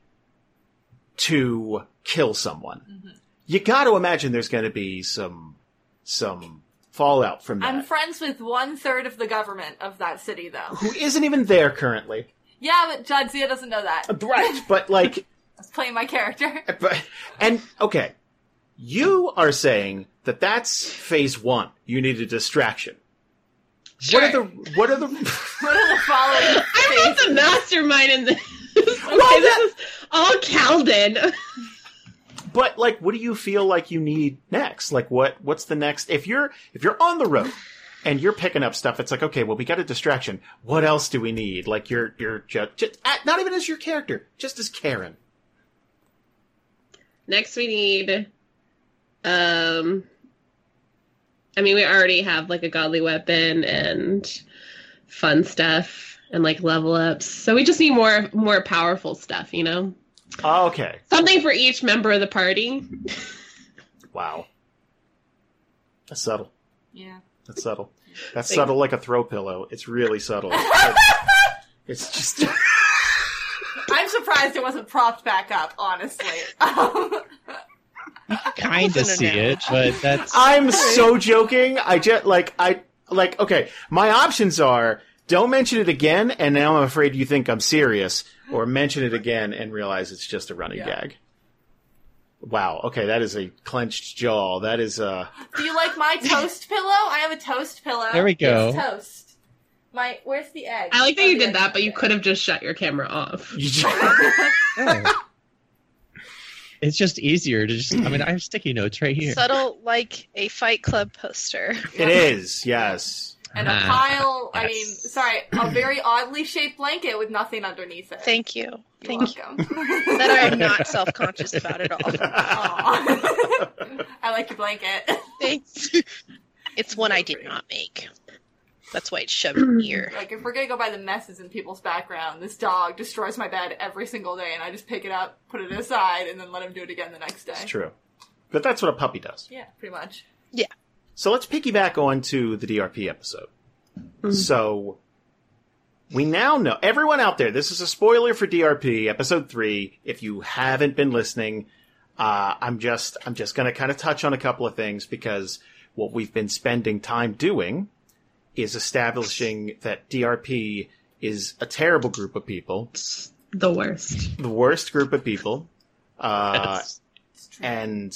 [SPEAKER 1] to kill someone. You got to imagine there's going to be some some fallout from that.
[SPEAKER 3] I'm friends with one third of the government of that city, though.
[SPEAKER 1] who isn't even there currently.
[SPEAKER 3] Yeah, but Jadzia doesn't know that. I
[SPEAKER 4] Uh,
[SPEAKER 1] Right. But like,
[SPEAKER 3] was playing my character.
[SPEAKER 1] but, and okay, you are saying that that's phase one. You need a distraction. What are the, what are the,
[SPEAKER 3] What are the following?
[SPEAKER 4] I'm not the mastermind in this. okay,
[SPEAKER 1] that-
[SPEAKER 4] this is all Calden.
[SPEAKER 1] but like, what do you feel like you need next? Like what, what's the next? If you're, if you're on the road and you're picking up stuff, it's like, okay, well, we got a distraction. What else do we need? Like you're, you're just, just not even as your character, just as Karen.
[SPEAKER 4] Next, we need. Um, I mean, we already have like a godly weapon and fun stuff and like level ups. So we just need more more powerful stuff, you know,
[SPEAKER 1] Okay.
[SPEAKER 4] something for each member of the party.
[SPEAKER 1] Wow. That's subtle.
[SPEAKER 3] Yeah.
[SPEAKER 1] That's subtle. That's
[SPEAKER 4] Thank-
[SPEAKER 1] subtle like a throw pillow. It's really subtle. It's, it's just
[SPEAKER 3] I'm surprised it wasn't propped back up, honestly. Um,
[SPEAKER 2] Kind of
[SPEAKER 5] Wasn't
[SPEAKER 2] see
[SPEAKER 5] an
[SPEAKER 2] it, but that's
[SPEAKER 1] I'm so joking. I just like I like okay, my options are don't mention it again and now I'm afraid you think I'm serious or mention it again and realize it's just a running
[SPEAKER 3] Yeah.
[SPEAKER 1] gag. Wow. Okay, that is a clenched jaw. That is uh
[SPEAKER 3] do you like my toast pillow? I have a toast pillow.
[SPEAKER 2] There we go.
[SPEAKER 3] It's toast. My where's the egg?
[SPEAKER 4] I like that you
[SPEAKER 3] Oh, the
[SPEAKER 4] did that,
[SPEAKER 3] egg.
[SPEAKER 4] but you could have just shut your camera off.
[SPEAKER 1] you
[SPEAKER 2] Oh. it's just easier to just. I mean, I have sticky notes right here.
[SPEAKER 5] Subtle like a fight club poster.
[SPEAKER 1] It is. Yes.
[SPEAKER 3] and a
[SPEAKER 2] Ah,
[SPEAKER 3] pile. I
[SPEAKER 2] yes.
[SPEAKER 3] mean, sorry, a very oddly shaped blanket with nothing underneath it.
[SPEAKER 5] Thank you.
[SPEAKER 3] You're
[SPEAKER 5] Thank you.
[SPEAKER 3] welcome.
[SPEAKER 5] That I am not self conscious about at all.
[SPEAKER 3] Aw. I like your blanket.
[SPEAKER 5] Thanks. It's one I did not make. That's why it's shoved in here.
[SPEAKER 3] Like if we're gonna go by the messes in people's background, this dog destroys my bed every single day, and I just pick it up, put it aside, and then let him do it again the next day.
[SPEAKER 1] It's true. But that's what a puppy does.
[SPEAKER 3] Yeah, pretty much.
[SPEAKER 1] So let's piggyback on to the DRP episode.
[SPEAKER 4] Mhm.
[SPEAKER 1] So we now know everyone out there. This is a spoiler for DRP episode three. If you haven't been listening, uh, I'm just I'm just going to kind of touch on a couple of things because what we've been spending time doing is establishing that DRP is a terrible group of people,
[SPEAKER 4] The worst.
[SPEAKER 1] the worst group of people. Uh,
[SPEAKER 2] That's-
[SPEAKER 3] It's true.
[SPEAKER 1] and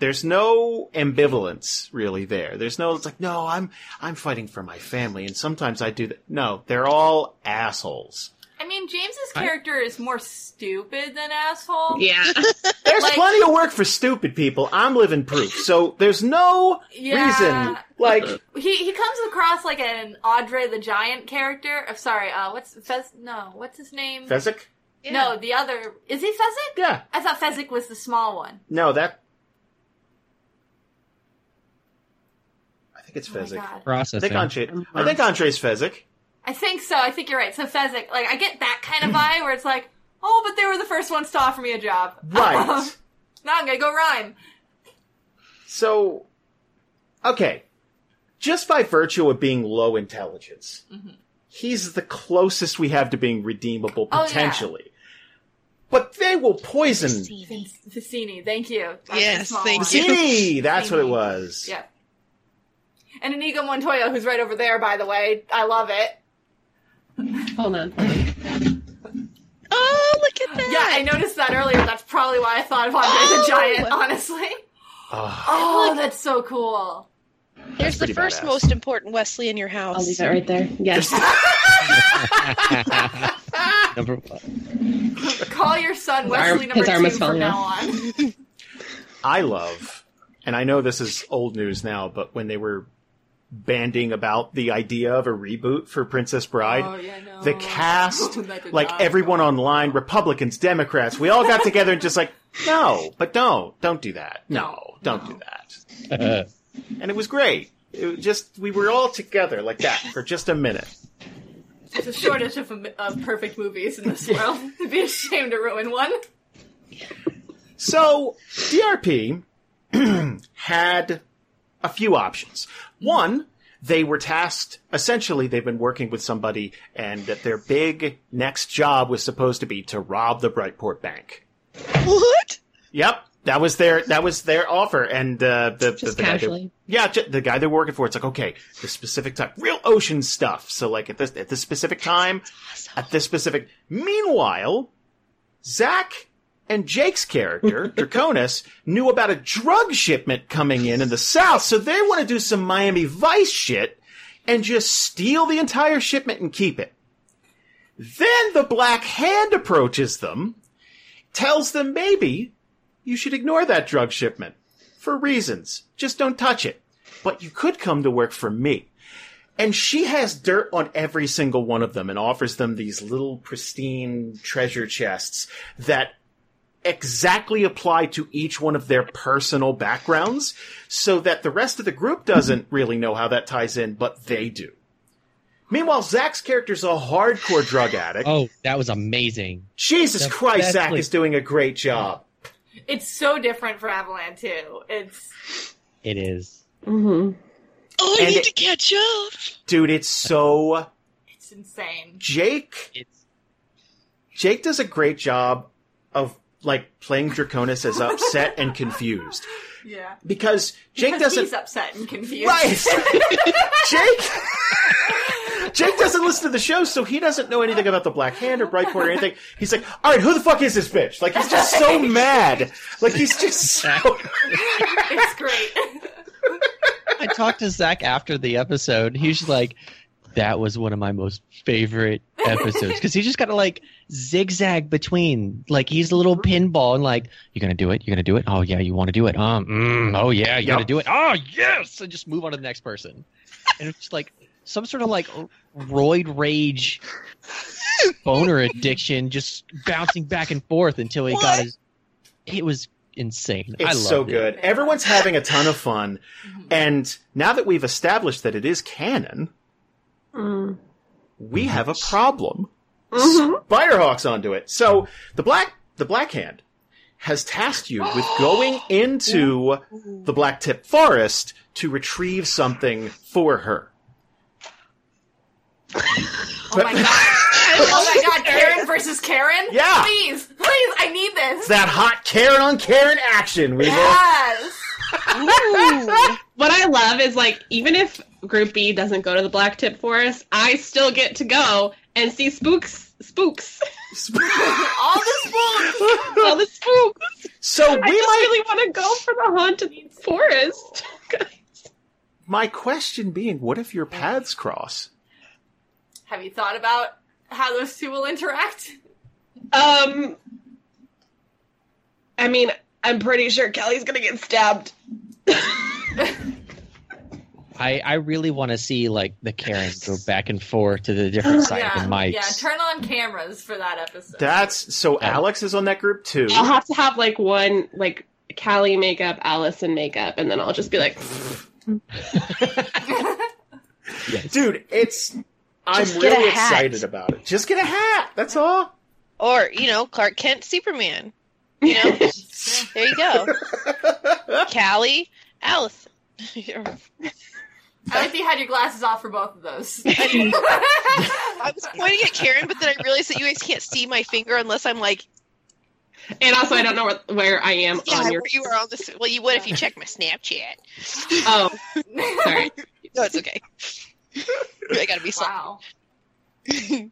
[SPEAKER 1] there's no ambivalence really there. There's no it's like no, I'm I'm fighting for my family and sometimes I do that. No, they're all assholes.
[SPEAKER 3] I mean, James's
[SPEAKER 2] I-
[SPEAKER 3] character is more stupid than asshole.
[SPEAKER 4] Yeah.
[SPEAKER 1] There's
[SPEAKER 3] Like-
[SPEAKER 1] plenty of work for stupid people. I'm living proof. So there's no
[SPEAKER 3] Yeah.
[SPEAKER 1] reason like
[SPEAKER 3] He he comes across like an Andre the Giant character. I'm sorry. Uh, what's Fez? No, what's his name?
[SPEAKER 1] Fezzik?
[SPEAKER 3] No, the other is he Fezzik?
[SPEAKER 1] Yeah.
[SPEAKER 3] I thought Fezzik was the small one.
[SPEAKER 1] No, that I think it's
[SPEAKER 3] Oh my
[SPEAKER 1] Fezzik.
[SPEAKER 3] God.
[SPEAKER 1] I
[SPEAKER 2] processing.
[SPEAKER 1] think Andre I think Andre's Fezzik.
[SPEAKER 3] I think so. I think you're right. So Fezzik, like I get that kind of vibe where it's like, oh, but they were the first ones to offer me a job. Um,
[SPEAKER 1] Right.
[SPEAKER 3] now I'm gonna go rhyme.
[SPEAKER 1] So, okay. just by virtue of being low intelligence,
[SPEAKER 3] Mhm.
[SPEAKER 1] he's the closest we have to being redeemable
[SPEAKER 3] Oh, yeah.
[SPEAKER 1] potentially. But they will poison
[SPEAKER 5] Stevie.
[SPEAKER 3] Vicini, thank you. That's the
[SPEAKER 5] Yes,
[SPEAKER 3] small
[SPEAKER 5] thank
[SPEAKER 3] one.
[SPEAKER 5] you.
[SPEAKER 1] Ginny. That's what it was.
[SPEAKER 3] Yeah. And Inigo Montoya, who's right over there, by the way. I love it.
[SPEAKER 4] Hold on.
[SPEAKER 5] Oh, look at that.
[SPEAKER 3] Yeah, I noticed that earlier. That's probably why I thought of Andre the
[SPEAKER 5] Oh!
[SPEAKER 3] Giant, honestly.
[SPEAKER 1] Ah,
[SPEAKER 3] Oh, that's so cool.
[SPEAKER 5] There's the
[SPEAKER 1] pretty
[SPEAKER 5] first
[SPEAKER 1] badass.
[SPEAKER 5] most important Wesley in your house.
[SPEAKER 4] I'll leave it right there. Yes.
[SPEAKER 2] Number one.
[SPEAKER 3] Call your son Wesley
[SPEAKER 4] arm-
[SPEAKER 3] number
[SPEAKER 4] his arm
[SPEAKER 3] two
[SPEAKER 4] is
[SPEAKER 3] from
[SPEAKER 4] falling
[SPEAKER 3] now on.
[SPEAKER 1] I love, and I know this is old news now, but when they were banding about the idea of a reboot for Princess Bride,
[SPEAKER 3] Oh, yeah, no.
[SPEAKER 1] the cast,
[SPEAKER 3] That did
[SPEAKER 1] like
[SPEAKER 3] not
[SPEAKER 1] everyone
[SPEAKER 3] go.
[SPEAKER 1] online, Republicans, Democrats, we all got together and just like, no, but don't, don't do that. No,
[SPEAKER 3] No,
[SPEAKER 1] don't
[SPEAKER 3] no.
[SPEAKER 1] do that.
[SPEAKER 2] Uh,
[SPEAKER 1] And it was great. It was just, we were all together like that for just a minute.
[SPEAKER 3] There's a shortage of, of perfect movies in this world. It'd be a shame to ruin one.
[SPEAKER 1] So, DRP had a few options. One, they were tasked, essentially, they've been working with somebody, and that their big next job was supposed to be to rob the Brightport Bank.
[SPEAKER 5] What?
[SPEAKER 1] Yep. That was their that was their offer, and uh, the the,
[SPEAKER 4] Just
[SPEAKER 1] the guy they,
[SPEAKER 4] casually.
[SPEAKER 1] yeah ju- the guy they're working for. It's like okay, the specific time, real ocean stuff. So like at this at this specific time, at this specific. Meanwhile, Zach and Jake's character Draconis knew about a drug shipment coming in in the south, so they want to do some Miami Vice shit and just steal the entire shipment and keep it. Then the Black Hand approaches them, tells them maybe you should ignore that drug shipment for reasons. Just don't touch it. But you could come to work for me. And she has dirt on every single one of them and offers them these little pristine treasure chests that exactly apply to each one of their personal backgrounds so that the rest of the group doesn't really know how that ties in, but they do. Meanwhile, Zach's character's a hardcore drug addict.
[SPEAKER 2] oh, that was amazing.
[SPEAKER 1] Jesus
[SPEAKER 2] That's-
[SPEAKER 1] Christ,
[SPEAKER 2] that's
[SPEAKER 1] Zach
[SPEAKER 2] like-
[SPEAKER 1] is doing a great job.
[SPEAKER 3] It's so different for Avalanche too. It's
[SPEAKER 2] It is.
[SPEAKER 4] hmm
[SPEAKER 5] Oh, I
[SPEAKER 1] And
[SPEAKER 5] need
[SPEAKER 1] it-
[SPEAKER 5] to catch up.
[SPEAKER 1] Dude, it's so
[SPEAKER 3] it's insane.
[SPEAKER 1] Jake
[SPEAKER 2] It's
[SPEAKER 1] Jake does a great job of like playing Draconis as upset and confused.
[SPEAKER 3] Yeah.
[SPEAKER 1] Because Jake
[SPEAKER 3] Because
[SPEAKER 1] doesn't
[SPEAKER 3] he's upset and confused.
[SPEAKER 1] Right. Jake Jake doesn't listen to the show, so he doesn't know anything about the Black Hand or Brightport or anything. He's like, Alright, who the fuck is this bitch? Like he's just so mad. Like he's just so
[SPEAKER 3] It's great.
[SPEAKER 2] I talked to Zach after the episode. and He's just like, that was one of my most favorite episodes because he just got to like zigzag between like he's a little pinball and like you're gonna do it, you're gonna do it. Oh yeah, you want to do it. Um, mm, oh yeah, you
[SPEAKER 1] Yep.
[SPEAKER 2] are going to do it. Oh yes, and just move on to the next person. And it's just like some sort of like roid rage boner addiction, just bouncing back and forth until he got
[SPEAKER 5] What?
[SPEAKER 2] his. It was insane. I
[SPEAKER 1] It's
[SPEAKER 2] loved
[SPEAKER 1] so
[SPEAKER 2] it.
[SPEAKER 1] good. Everyone's having a ton of fun.
[SPEAKER 3] Mm-hmm.
[SPEAKER 1] And now that we've established that it is canon,
[SPEAKER 4] Mm.
[SPEAKER 1] we have a problem.
[SPEAKER 4] Mhm.
[SPEAKER 1] Firehawk's onto it. So the black the black hand has tasked you with going into the black tip forest to retrieve something for her.
[SPEAKER 3] Oh my god. Oh my god, Karen versus Karen?
[SPEAKER 1] Yeah.
[SPEAKER 3] Please, please, I need
[SPEAKER 1] It's
[SPEAKER 3] this.
[SPEAKER 1] that hot Karen on Karen action. We love.
[SPEAKER 3] Yes.
[SPEAKER 5] Ooh.
[SPEAKER 4] What I love is like even if Group B doesn't go to the Black Tip Forest, I still get to go and see spooks. Spooks.
[SPEAKER 3] All this bull.
[SPEAKER 4] All the spooks.
[SPEAKER 1] So we
[SPEAKER 4] I just
[SPEAKER 1] might.
[SPEAKER 4] really want to go for the haunted forest.
[SPEAKER 1] My question being, what if your paths cross?
[SPEAKER 3] Have you thought about how those two will interact?
[SPEAKER 4] um, I mean, I'm pretty sure Kelly's gonna get stabbed.
[SPEAKER 2] I, I really want to see like the Karens go back and forth to the different side
[SPEAKER 3] yeah.
[SPEAKER 2] of the mics.
[SPEAKER 3] Yeah, turn on cameras for that episode.
[SPEAKER 1] That's so. Alex is on that group too.
[SPEAKER 4] I'll have to have like one like Callie makeup, Allison makeup, and then I'll just be like,
[SPEAKER 2] Yes.
[SPEAKER 1] Dude, it's. I'm
[SPEAKER 5] Just get a
[SPEAKER 1] really
[SPEAKER 5] hat.
[SPEAKER 1] excited about it. Just get a hat. That's all.
[SPEAKER 5] Or, you know, Clark Kent, Superman. You know, there you go. Callie, Allison.
[SPEAKER 3] I like that you had your glasses off for both of those.
[SPEAKER 5] I was pointing at Karen, but then I realized that you guys can't see my finger unless I'm like,
[SPEAKER 4] And also, I don't know where, where I am
[SPEAKER 5] yeah,
[SPEAKER 4] on your.
[SPEAKER 5] "Oh, you are on this. Well, you would if you checked my Snapchat.
[SPEAKER 4] Oh, sorry.
[SPEAKER 5] No, it's okay. I gotta be soft.
[SPEAKER 3] wow.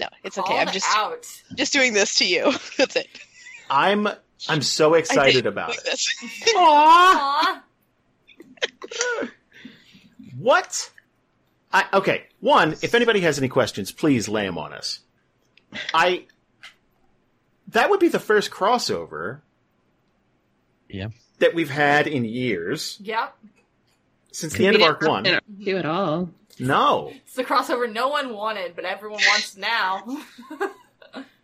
[SPEAKER 5] No, it's okay. I'm
[SPEAKER 3] Called
[SPEAKER 5] just
[SPEAKER 3] out.
[SPEAKER 5] just doing this to you. That's it.
[SPEAKER 1] I'm I'm so
[SPEAKER 5] I
[SPEAKER 1] excited
[SPEAKER 5] did
[SPEAKER 1] about
[SPEAKER 5] Like
[SPEAKER 1] it.
[SPEAKER 5] this.
[SPEAKER 1] Aww.
[SPEAKER 3] Aw.
[SPEAKER 1] What? I okay. One, if anybody has any questions, please lay 'em on us. I. That would be the first crossover.
[SPEAKER 2] Yeah.
[SPEAKER 1] That we've had in years
[SPEAKER 3] Yep.
[SPEAKER 1] since the end of
[SPEAKER 4] We
[SPEAKER 1] arc
[SPEAKER 4] didn't
[SPEAKER 1] one.
[SPEAKER 4] Do it all.
[SPEAKER 1] No.
[SPEAKER 3] It's the crossover no one wanted, but everyone wants now.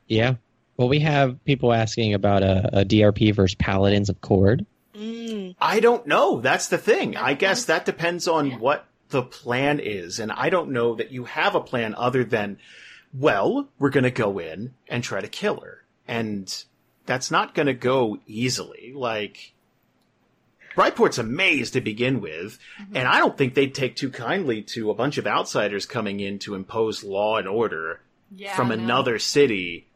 [SPEAKER 2] Yeah. Well, we have people asking about a, a DRP versus Paladins of Cord.
[SPEAKER 5] Mm.
[SPEAKER 1] I don't know. That's the thing. I guess that depends on
[SPEAKER 3] Yeah.
[SPEAKER 1] what the plan is. And I don't know that you have a plan other than, well, we're going to go in and try to kill her. And that's not going to go easily. Like, Brightport's a maze to begin with. And I don't think they'd take too kindly to a bunch of outsiders coming in to impose law and order
[SPEAKER 3] yeah.
[SPEAKER 1] from
[SPEAKER 3] no.
[SPEAKER 1] another city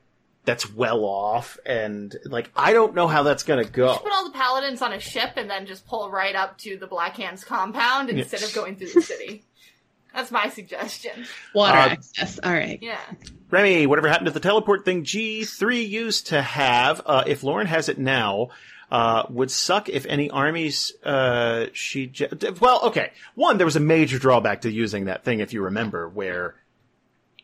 [SPEAKER 1] that's well off. And, like, I don't know how that's going to go.
[SPEAKER 3] Put all the paladins on a ship and then just pull right up to the Black Hands compound
[SPEAKER 1] Yeah.
[SPEAKER 3] instead of going through the city. That's my suggestion.
[SPEAKER 4] Water
[SPEAKER 1] Uh,
[SPEAKER 4] access. All right.
[SPEAKER 3] Yeah.
[SPEAKER 1] Remy, whatever happened to the teleport thing G3 used to have, uh, if Lauren has it now, uh, would suck if any armies, uh, she, j- well, okay. One, there was a major drawback to using that thing, if you remember, where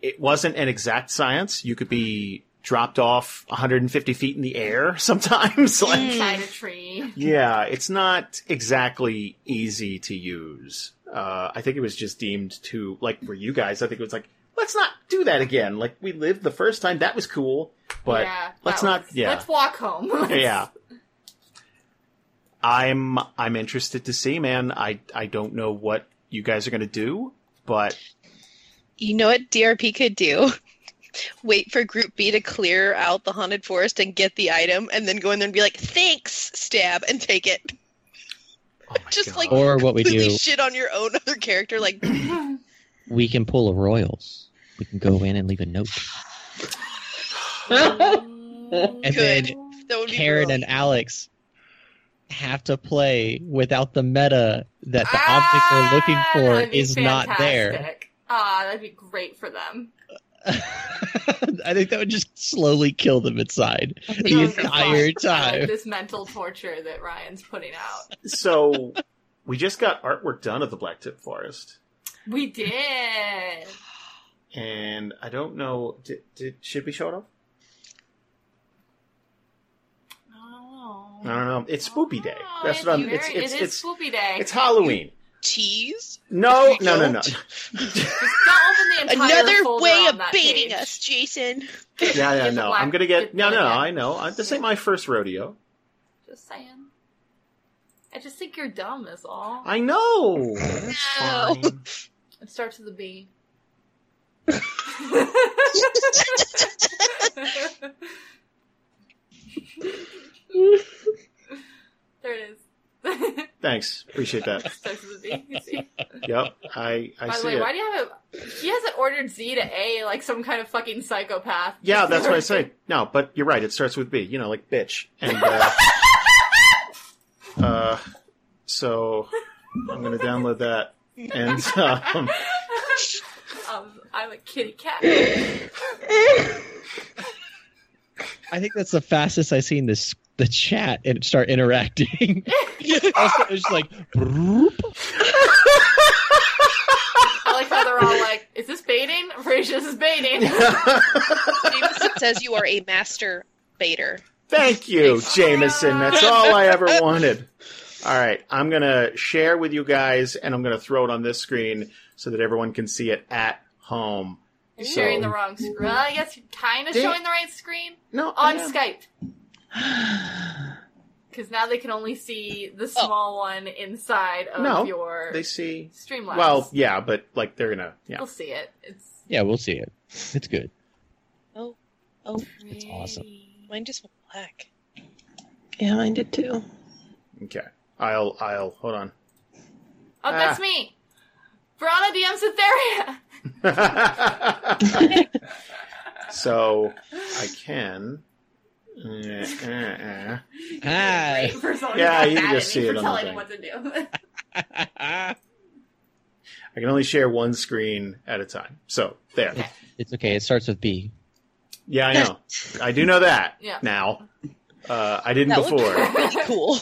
[SPEAKER 1] it wasn't an exact science. You could be dropped off 150 feet in the air sometimes. like,
[SPEAKER 3] Inside a tree.
[SPEAKER 1] yeah, it's not exactly easy to use. Uh, I think it was just deemed to, like, for you guys, I think it was like, let's not do that again. Like, we lived the first time, that was cool, but
[SPEAKER 3] yeah,
[SPEAKER 1] let's
[SPEAKER 3] that
[SPEAKER 1] not,
[SPEAKER 3] was-
[SPEAKER 1] yeah.
[SPEAKER 3] Let's walk home.
[SPEAKER 1] yeah. I'm, I'm interested to see, man. I, I don't know what you guys are gonna do, but
[SPEAKER 5] You know what DRP could do? Wait for Group B to clear out the haunted forest and get the item, and then go in there and be like, "Thanks, stab," and take it.
[SPEAKER 1] oh my
[SPEAKER 5] Just
[SPEAKER 1] God.
[SPEAKER 5] like-
[SPEAKER 2] Or what we
[SPEAKER 5] Completely
[SPEAKER 2] do,
[SPEAKER 5] shit on your own other character. Like,
[SPEAKER 2] we can pull a Royals. We can go in and leave a note.
[SPEAKER 3] Oh,
[SPEAKER 2] And then
[SPEAKER 5] that would be
[SPEAKER 2] Karen
[SPEAKER 5] really-
[SPEAKER 2] and Alex have to play without the meta that the object
[SPEAKER 3] Ah,
[SPEAKER 2] they're
[SPEAKER 3] that
[SPEAKER 2] looking
[SPEAKER 3] would
[SPEAKER 2] for
[SPEAKER 3] be
[SPEAKER 2] is not there.
[SPEAKER 3] fantastic. Ah, that'd be great for them.
[SPEAKER 2] I think that would just slowly kill them inside
[SPEAKER 4] I
[SPEAKER 2] the
[SPEAKER 3] That would
[SPEAKER 2] entire
[SPEAKER 3] be fun. I like
[SPEAKER 2] time.
[SPEAKER 3] this mental torture that Ryan's putting out.
[SPEAKER 1] so, we just got artwork done of the Black Tip Forest.
[SPEAKER 3] We did.
[SPEAKER 1] And I don't know, did, did, should we show it off?
[SPEAKER 3] Oh.
[SPEAKER 1] I don't know. It's Spoopy Day.
[SPEAKER 3] Oh,
[SPEAKER 1] That's
[SPEAKER 3] it's
[SPEAKER 1] what I'm,
[SPEAKER 3] very-
[SPEAKER 1] it's, it's,
[SPEAKER 3] it
[SPEAKER 1] it's,
[SPEAKER 3] is Spoopy Day.
[SPEAKER 1] It's Halloween.
[SPEAKER 5] cheese.
[SPEAKER 1] No,
[SPEAKER 5] If we
[SPEAKER 1] no, no, no.
[SPEAKER 5] don't-
[SPEAKER 3] Just don't open the entire
[SPEAKER 5] Another
[SPEAKER 3] folder
[SPEAKER 5] way
[SPEAKER 3] on
[SPEAKER 5] of
[SPEAKER 3] that
[SPEAKER 5] baiting
[SPEAKER 3] page.
[SPEAKER 5] us, Jason.
[SPEAKER 1] Yeah, yeah,
[SPEAKER 3] Get the
[SPEAKER 1] no.
[SPEAKER 3] black-
[SPEAKER 1] I'm gonna get.
[SPEAKER 3] get
[SPEAKER 1] No,
[SPEAKER 3] the
[SPEAKER 1] no, no.
[SPEAKER 3] black.
[SPEAKER 1] I know. I, this ain't my first rodeo.
[SPEAKER 3] Just saying. I just think you're dumb, is all.
[SPEAKER 1] I know. That's
[SPEAKER 5] No.
[SPEAKER 1] fine.
[SPEAKER 3] It starts with a B. there it is. it
[SPEAKER 1] Thanks. Appreciate that.
[SPEAKER 3] starts with a B. You see?
[SPEAKER 1] Yep. I I
[SPEAKER 3] By the
[SPEAKER 1] see
[SPEAKER 3] way,
[SPEAKER 1] it.
[SPEAKER 3] why do you have a? He hasn't ordered Z to A like some kind of fucking psychopath.
[SPEAKER 1] Yeah, that's what I say. No, but you're right. It starts with B. You know, like bitch. And uh, uh, so I'm gonna download that. And um,
[SPEAKER 3] um, I'm a kitty cat.
[SPEAKER 2] I think that's the fastest I've seen this the chat and start interacting. also, it's just like "Broop."
[SPEAKER 3] I like how they're all like, "Is this baiting?" I'm pretty sure this is baiting.
[SPEAKER 5] Jameson says you are a master baiter.
[SPEAKER 1] Thank you,
[SPEAKER 3] Thanks.
[SPEAKER 1] Jameson. That's all I ever wanted. All right, I'm going to share with you guys and I'm going to throw it on this screen so that everyone can see it at home.
[SPEAKER 3] You're
[SPEAKER 1] So-
[SPEAKER 3] sharing the wrong screen. Well, I guess you're kind of
[SPEAKER 1] Dang.
[SPEAKER 3] showing the right screen
[SPEAKER 1] No, I
[SPEAKER 3] on
[SPEAKER 1] am.
[SPEAKER 3] Skype because now they can only see the small one inside of
[SPEAKER 1] No,
[SPEAKER 3] your
[SPEAKER 1] They see.
[SPEAKER 3] Streamlabs.
[SPEAKER 1] Well, yeah, but like they're going to. Yeah.
[SPEAKER 3] they'll see it. It's
[SPEAKER 2] Yeah, we'll see it. It's good.
[SPEAKER 5] Oh,
[SPEAKER 3] it's
[SPEAKER 2] awesome.
[SPEAKER 5] mine just went black.
[SPEAKER 4] Yeah, mine did too.
[SPEAKER 1] Okay. I'll, I'll, hold on.
[SPEAKER 3] Oh, that's
[SPEAKER 1] Ah.
[SPEAKER 3] me. Verona DM Cytheria.
[SPEAKER 1] so I can. Eh, eh, eh.
[SPEAKER 2] Hi.
[SPEAKER 3] For someone
[SPEAKER 1] Yeah,
[SPEAKER 3] who's
[SPEAKER 1] you can
[SPEAKER 3] mad at
[SPEAKER 1] just
[SPEAKER 3] me
[SPEAKER 1] see it on
[SPEAKER 3] for
[SPEAKER 1] the
[SPEAKER 3] telling
[SPEAKER 1] thing.
[SPEAKER 3] him what to do.
[SPEAKER 1] I can only share one screen at a time. So there.
[SPEAKER 2] it's okay. It starts with B.
[SPEAKER 1] Yeah, I know. I do know that
[SPEAKER 3] Yeah.
[SPEAKER 1] now. Uh, I didn't
[SPEAKER 5] That would
[SPEAKER 1] before.
[SPEAKER 5] be really cool.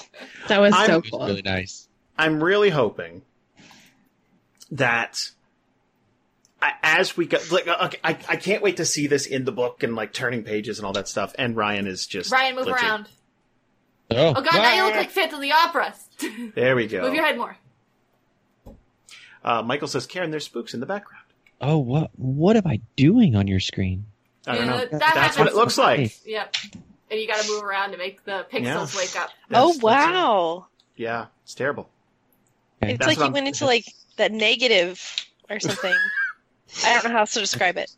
[SPEAKER 4] That was
[SPEAKER 1] I'm-
[SPEAKER 4] so
[SPEAKER 2] It's
[SPEAKER 4] cool.
[SPEAKER 2] really nice.
[SPEAKER 1] I'm really hoping that I, as we go, like, uh, okay, I, I can't wait to see this in the book and like turning pages and all that stuff. And Ryan is just
[SPEAKER 3] Ryan, move
[SPEAKER 1] glitchy.
[SPEAKER 3] around.
[SPEAKER 2] Oh,
[SPEAKER 3] Oh god, now you look like Phantom of the Opera.
[SPEAKER 1] There we go.
[SPEAKER 3] Move your head more.
[SPEAKER 1] Uh, Michael says, "Karen, there's spooks in the background."
[SPEAKER 2] oh, what what am I doing on your screen?
[SPEAKER 1] I don't
[SPEAKER 3] Yeah,
[SPEAKER 1] know.
[SPEAKER 3] Uh, that
[SPEAKER 1] That's what it
[SPEAKER 3] happens.
[SPEAKER 1] looks like.
[SPEAKER 3] Yep. And you gotta move around to make the pixels
[SPEAKER 1] Yeah.
[SPEAKER 3] wake up.
[SPEAKER 1] That's-
[SPEAKER 5] oh
[SPEAKER 1] that's it.
[SPEAKER 5] wow!
[SPEAKER 1] Yeah, it's terrible.
[SPEAKER 2] Okay.
[SPEAKER 5] It's
[SPEAKER 1] That's
[SPEAKER 5] like
[SPEAKER 1] what
[SPEAKER 5] you
[SPEAKER 1] I'm-
[SPEAKER 5] went into like that negative or something. I don't know how else to describe it.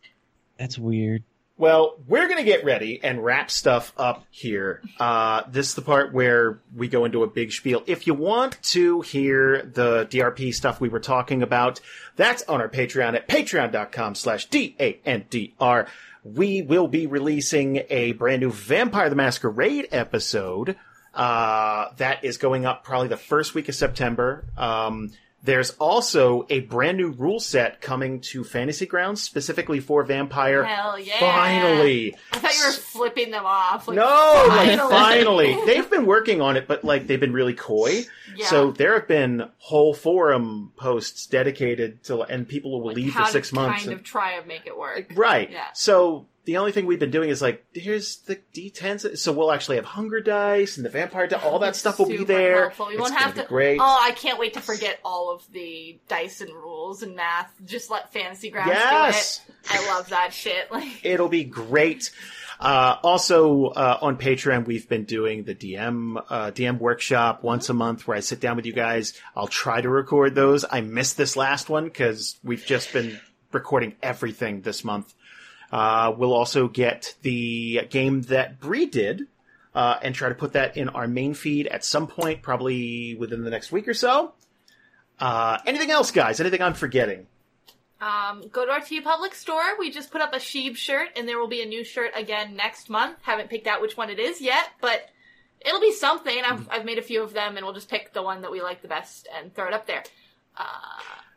[SPEAKER 2] That's weird.
[SPEAKER 1] Well, we're going to get ready and wrap stuff up here. Uh, this is the part where we go into a big spiel. If you want to hear the DRP stuff we were talking about, that's on our Patreon at patreon.com slash D-A-N-D-R. We will be releasing a brand new Vampire the Masquerade episode. Uh, that is going up probably the first week of September. Um, there's also a brand new rule set coming to Fantasy Grounds specifically for Vampire.
[SPEAKER 3] Hell yeah.
[SPEAKER 1] Finally.
[SPEAKER 3] I thought you were flipping them off. Like,
[SPEAKER 1] no, like
[SPEAKER 3] finally.
[SPEAKER 1] finally. They've been working on it, but like they've been really coy.
[SPEAKER 3] Yeah.
[SPEAKER 1] So there have been whole forum posts dedicated to and people will
[SPEAKER 3] Like,
[SPEAKER 1] leave
[SPEAKER 3] how
[SPEAKER 1] for
[SPEAKER 3] to
[SPEAKER 1] six months.
[SPEAKER 3] Kind
[SPEAKER 1] and-
[SPEAKER 3] of try and make it work.
[SPEAKER 1] right.
[SPEAKER 3] Yeah.
[SPEAKER 1] So the only thing we've been doing is like, here's the D10s. So we'll actually have hunger dice and the vampire dice. All that
[SPEAKER 3] It's
[SPEAKER 1] stuff will be
[SPEAKER 3] super
[SPEAKER 1] there.
[SPEAKER 3] helpful. We won't
[SPEAKER 1] It's gonna
[SPEAKER 3] have
[SPEAKER 1] be
[SPEAKER 3] to-
[SPEAKER 1] Great.
[SPEAKER 3] Oh, I can't wait to forget all of the dice and rules and math. Just let Fantasy Grounds
[SPEAKER 1] yes.
[SPEAKER 3] do it. I love that shit. Like,
[SPEAKER 1] It'll be great. Uh, also uh, on Patreon, we've been doing the DM uh, DM workshop once a month, where I sit down with you guys. I'll try to record those. I missed this last one because we've just been recording everything this month. Uh, we'll also get the game that Bree did uh, and try to put that in our main feed at some point, probably within the next week or so. Uh, anything else, guys? Anything I'm forgetting?
[SPEAKER 3] um, go to our T Public store. We just put up a Sheeb shirt, and there will be a new shirt again next month. Haven't picked out which one it is yet, but it'll be something.
[SPEAKER 1] Mm.
[SPEAKER 3] I've, I've made a few of them, and we'll just pick the one that we like the best and throw it up there. Uh,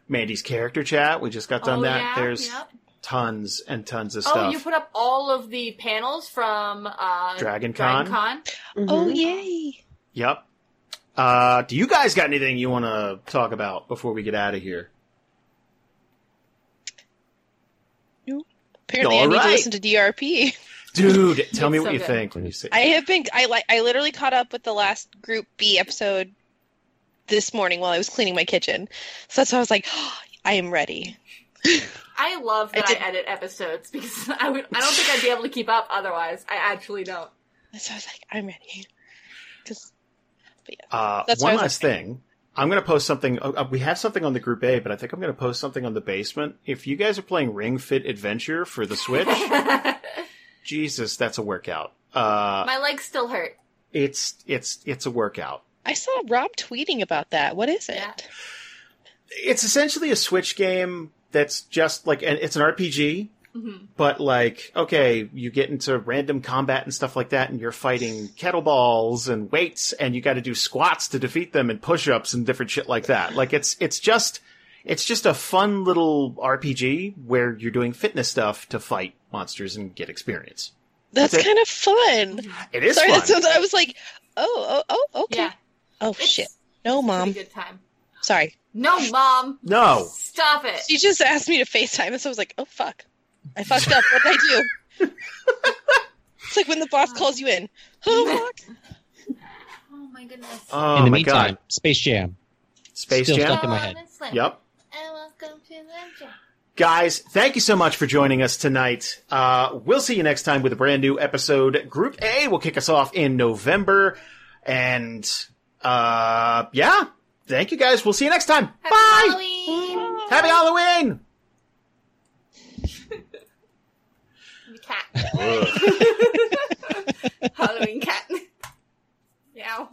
[SPEAKER 1] Mandy's character chat. We just got done
[SPEAKER 3] oh,
[SPEAKER 1] that.
[SPEAKER 3] yeah,
[SPEAKER 1] There's
[SPEAKER 3] yep.
[SPEAKER 1] tons and tons of
[SPEAKER 3] Oh,
[SPEAKER 1] stuff.
[SPEAKER 3] you put up all of the panels from uh,
[SPEAKER 1] Dragon Con.
[SPEAKER 3] Dragon Con.
[SPEAKER 2] Mm-hmm.
[SPEAKER 5] Oh
[SPEAKER 4] Mhm.
[SPEAKER 5] yay!
[SPEAKER 1] Yep. Uh, do you guys got anything you want to talk about before we get out of here?
[SPEAKER 5] Apparently, I need to
[SPEAKER 1] Alright.
[SPEAKER 5] listen to DRP.
[SPEAKER 1] Dude, tell me
[SPEAKER 3] It's
[SPEAKER 1] what
[SPEAKER 3] so
[SPEAKER 1] you
[SPEAKER 3] good.
[SPEAKER 1] think when you see.
[SPEAKER 5] I have been. I like. I literally caught up with the last Group B episode this morning while I was cleaning my kitchen. So that's why I was like, I am ready.
[SPEAKER 3] I love that
[SPEAKER 5] I
[SPEAKER 3] I,
[SPEAKER 5] did-
[SPEAKER 3] edit episodes because I would I don't think I'd be able to keep up otherwise. I actually don't.
[SPEAKER 5] So I was like, I'm ready. 'Cause-
[SPEAKER 1] Uh,
[SPEAKER 5] That's
[SPEAKER 1] one
[SPEAKER 5] what I was
[SPEAKER 1] last thing. I'm going to post something. Uh, uh, we have something on the group A, but I think I'm going to post something on the basement. If you guys are playing Ring Fit Adventure for the Switch, Jesus, that's a workout. Uh,
[SPEAKER 3] My legs still hurt.
[SPEAKER 1] it's it's it's a workout.
[SPEAKER 5] I saw Rob tweeting about that. What is it?
[SPEAKER 3] Yeah.
[SPEAKER 1] It's essentially a Switch game that's just like and it's an RPG,
[SPEAKER 3] hmm
[SPEAKER 1] but like okay you get into random combat and stuff like that and you're fighting kettleballs and weights and you got to do squats to defeat them and push-ups and different shit like that like it's it's just it's just a fun little rpg where you're doing fitness stuff to fight monsters and get experience
[SPEAKER 5] That's
[SPEAKER 1] That's it.
[SPEAKER 5] kind of fun.
[SPEAKER 1] it is
[SPEAKER 5] Sorry,
[SPEAKER 1] fun
[SPEAKER 5] that sounds. I was like, oh, oh, oh, okay.
[SPEAKER 3] Yeah.
[SPEAKER 5] Oh
[SPEAKER 3] It's
[SPEAKER 5] shit. No,
[SPEAKER 3] a
[SPEAKER 5] mom.
[SPEAKER 3] pretty good time.
[SPEAKER 5] Sorry.
[SPEAKER 3] No, mom.
[SPEAKER 1] no
[SPEAKER 3] Stop it.
[SPEAKER 5] She just asked me to FaceTime, and so I was like, oh fuck, I fucked up. What did I do? it's like when the boss calls you in. Oh fuck.
[SPEAKER 3] Oh my goodness.
[SPEAKER 1] oh
[SPEAKER 2] in the
[SPEAKER 1] my
[SPEAKER 2] meantime,
[SPEAKER 1] god
[SPEAKER 2] Space Jam.
[SPEAKER 1] space
[SPEAKER 2] still
[SPEAKER 1] jam
[SPEAKER 2] Uh, stuck in my head.
[SPEAKER 1] yep
[SPEAKER 3] And welcome to the
[SPEAKER 1] Guys, thank you so much for joining us tonight. Uh, we'll see you next time with a brand new episode. Group A will kick us off in November. And, uh, yeah. Thank you guys. We'll see you next time. Bye.
[SPEAKER 3] Halloween.
[SPEAKER 1] Happy Halloween.
[SPEAKER 3] Cat. Halloween cat. Meow.